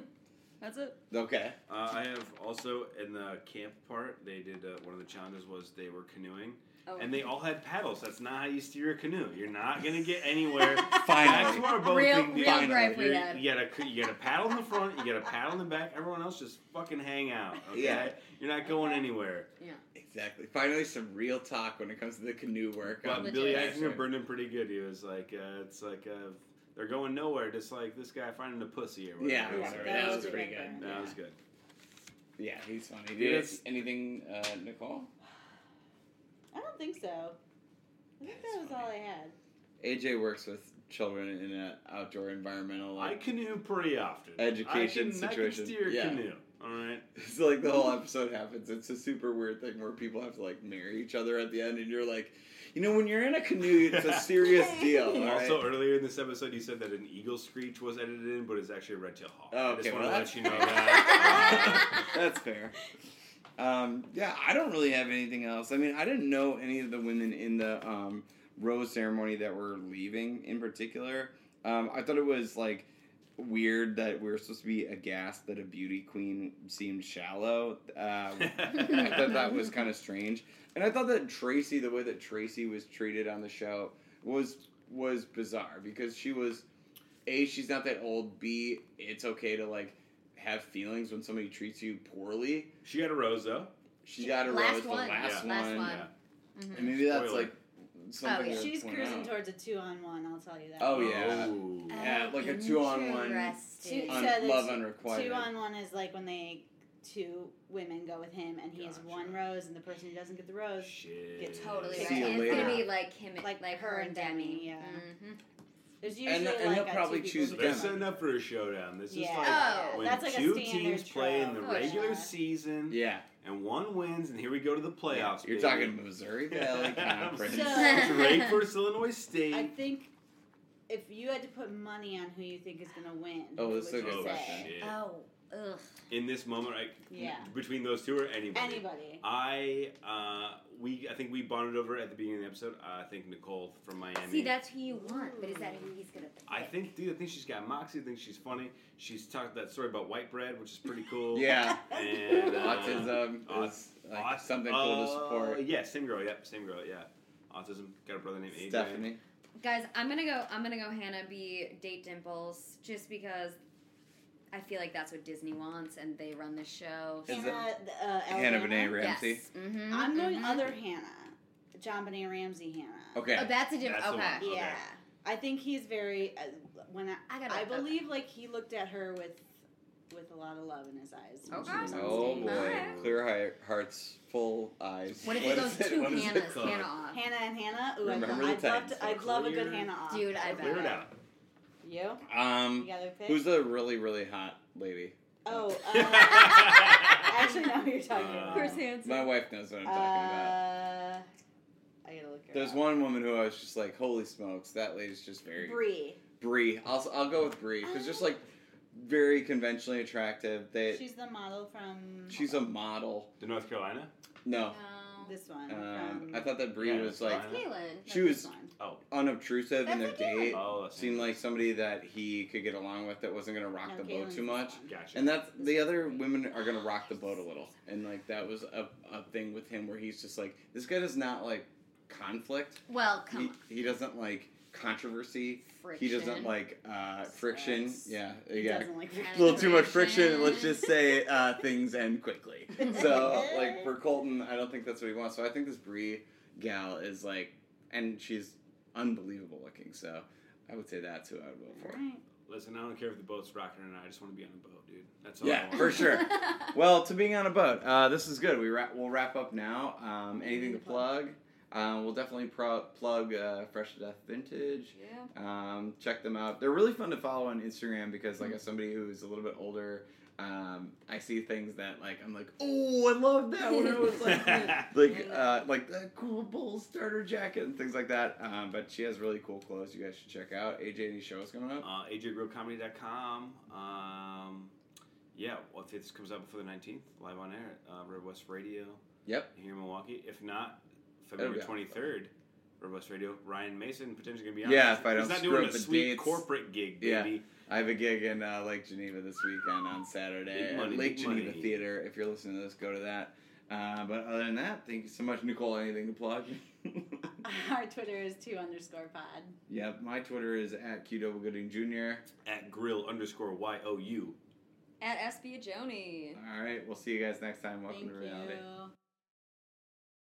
That's it.
okay.
Uh, I have also in the camp part. They did uh, one of the challenges was they were canoeing,
Oh.
and they all had paddles. That's not how you steer a canoe. You're not gonna get anywhere. Back to
Finally.
our boat
Real-
thing,
real
dude.
gripe we
You're-
had.
You got a you got a paddle in the front, you got a paddle in the back. Everyone else just fucking hang out. Okay?
Yeah.
you're not going anywhere.
Exactly. Finally, some real talk when it comes to the canoe work. on-
But
Legit.
Billy
That's
Eichner
right.
burned him pretty good. He was like, uh, it's like uh, they're going nowhere. Just like this guy finding a pussy or whatever.
Yeah,
It was
whatever.
all
That
right.
was pretty good.
That was good.
Yeah, he's funny. Did
Dude,
you
it's-
anything, uh, Nicole?
I don't think so. I think
That's
that was all I had.
AJ works with children in an outdoor environmental.
I
Like,
canoe pretty often.
Education
I can,
situation.
I can steer a
Yeah.
canoe. All right.
it's like the whole episode happens. It's a super weird thing where people have to like marry each other at the end, and you're like, you know, when you're in a canoe, it's a serious deal. all right?
Also, earlier in this episode, you said that an eagle screech was edited in, but it's actually a red tail hawk.
Oh,
I
okay,
just want
well,
to
that's-
let you know that.
That's fair. Um, yeah, I don't really have anything else. I mean, I didn't know any of the women in the um, rose ceremony that were leaving in particular. Um, I thought it was like weird that we were supposed to be aghast that a beauty queen seemed shallow. Uh, I thought that was kind of strange, and I thought that Tracy, the way that Tracy was treated on the show, was was bizarre because she was a she's not that old. B it's okay to like have feelings when somebody treats you poorly.
she had a rose though.
She got a
Last
rose, the
one.
last
Yeah. Last
one.
one. Mm-hmm.
And maybe that's
Spoiler.
like something.
Oh, yeah.
to
She's
point
cruising
out.
towards a two on one, I'll tell you that.
Oh, yeah.
Ooh.
Yeah, like a two-on-one.
Interesting.
Two-
Un-
said that
love
she-
unrequited.
Two on one is like when they two women go with him and he has
Gotcha.
one rose and the person who doesn't get the rose
Shit.
Get
Totally
See
right.
you
And it's gonna
later.
be like him, and,
Like
like, her and Demi.
yeah.
Mhm.
There's usually
And- and
like
he'll
a
probably
two people
choose
So
who
they're
Demi.
get one.
setting up for a showdown. This
yeah.
is like
Oh.
when
that's like
two
a standard
teams play in the
trope.
Oh,
regular
yeah.
season
Yeah,
and one wins, and here we go to the playoffs.
You're
baby.
talking Missouri Valley Conference.
So-
It's rigged versus Illinois State.
I think if you had to put money on who you think is going to win,
Oh,
who
that's
would
a
you
good
oh
say?
question.
shit!
Oh, ugh.
In this moment, I,
Yeah.
between those two or anybody,
Anybody.
I uh, we I think we bonded over at the beginning of the episode. I think Nicole from Miami.
See, that's who you want, but is that who he's gonna pick?
I think, dude, I think she's got moxie. I think she's funny. She's talked that story about white bread, which is pretty cool.
Yeah,
And, uh,
autism is like
aut-
something cool to
uh,
support.
Yeah, same girl. Yep, same girl. Yeah, autism. Got a brother named Adrian.
Stephanie.
Guys, I'm gonna go. I'm gonna go. Hannah B. Date Dimples, just because I feel like that's what Disney wants, and they run this show.
Is
Hannah, uh,
Hannah
Alabama?
Renee Ramsey.
Yes. Mm-hmm.
I'm going other Hannah. John Benet Ramsey Hannah.
Okay.
Oh, that's a different.
That's the
Okay.
one.
Yeah. I think he's very. Uh, when I,
I
I,
gotta look that
believe like he looked at her with with a lot of love in his eyes. when she
Okay.
was on
Oh
stage.
boy,
Alright.
clear hi- hearts, full eyes.
What if
What
it goes
is
two
What is it
Hannahs?
called?
Hannah off.
Hannah and Hannah. Ooh, I'd,
Remember
lo-
the
I'd love
times.
to. I'd love a good
Clear-
Hannah off.
Dude, I
Clear
bet.
it out.
You? You
Um,
got a pick?
who's the really really hot lady?
Oh, uh, I actually know who you're talking
Uh,
about.
Chris
Hansen.
My wife knows what I'm
Uh,
talking about.
I gotta look her
There's
up.
one woman who I was just like, holy smokes, that lady's just very
Bree.
Bree. I'll I'll go with Bree because just like very conventionally attractive. They she's,
She's the model from
a model.
To North Carolina.
No,
this one.
um,
from,
I thought that Bree
Yeah,
was
that's
like
fine.
Kaylin.
she
no, this
was
one.
unobtrusive in their
That's okay.
date.
Oh, that's-
Seemed like somebody that he could get along with that wasn't gonna rock
No,
the boat
Kaylin's
too
this
much.
one.
Gotcha.
And that's the other women are gonna rock the boat a little, and like that was a, a thing with him where he's just like this guy does not like conflict.
Well,
He,
come
he doesn't like controversy.
on.
He doesn't like uh, friction.
Sex.
Yeah,
He
yeah.
doesn't like
A little too much friction. and Let's just say uh, things end quickly. So like for Colton, I don't think that's what he wants. So I think this Brie gal is like, and she's unbelievable looking. So I would say that's who I would vote for.
Alright.
Listen, I don't care if the boat's rocking or not. I just want to be on the boat, dude. That's all. I
Yeah,
want.
for sure. Well, to being on a boat, uh, this is good. We wrap, we'll wrap up now. Um, anything to plug? Um, we'll definitely pro- plug uh, Fresh to Death Vintage.
Yeah.
Um, check them out. They're really fun to follow on Instagram because, like, as somebody who's a little bit older, um, I see things that, like, I'm like, oh, I love that when I was like, that." like, uh, like that cool bull starter jacket and things like that. Um, but she has really cool clothes. You guys should check out. AJ, any shows coming up?
Uh, AJGrillComedy.com. Um, yeah, well, if this comes out before the 19th, live on air at uh, Red West Radio
Yep.
here in Milwaukee. If not,
It'll
February
be out.
23rd, Red West Radio. Ryan Mason potentially going to be on.
Yeah, if I
He's
don't
not
screw
doing
up
a
the
sweet
dates.
corporate gig,
Yeah.
baby.
I have a gig in uh, Lake Geneva this weekend on Saturday
Big
at
money,
Lake
big
Geneva
money.
Theater. If you're listening to this, go to that. Uh, but other than that, thank you so much, Nicole. Anything to plug?
Our Twitter is two underscore pod.
yep, my Twitter is at Q Double Gooding Jr.
At grill underscore Y-O-U.
At SB Joni.
All right, we'll see you guys next time. Welcome
Thank
to reality.
you.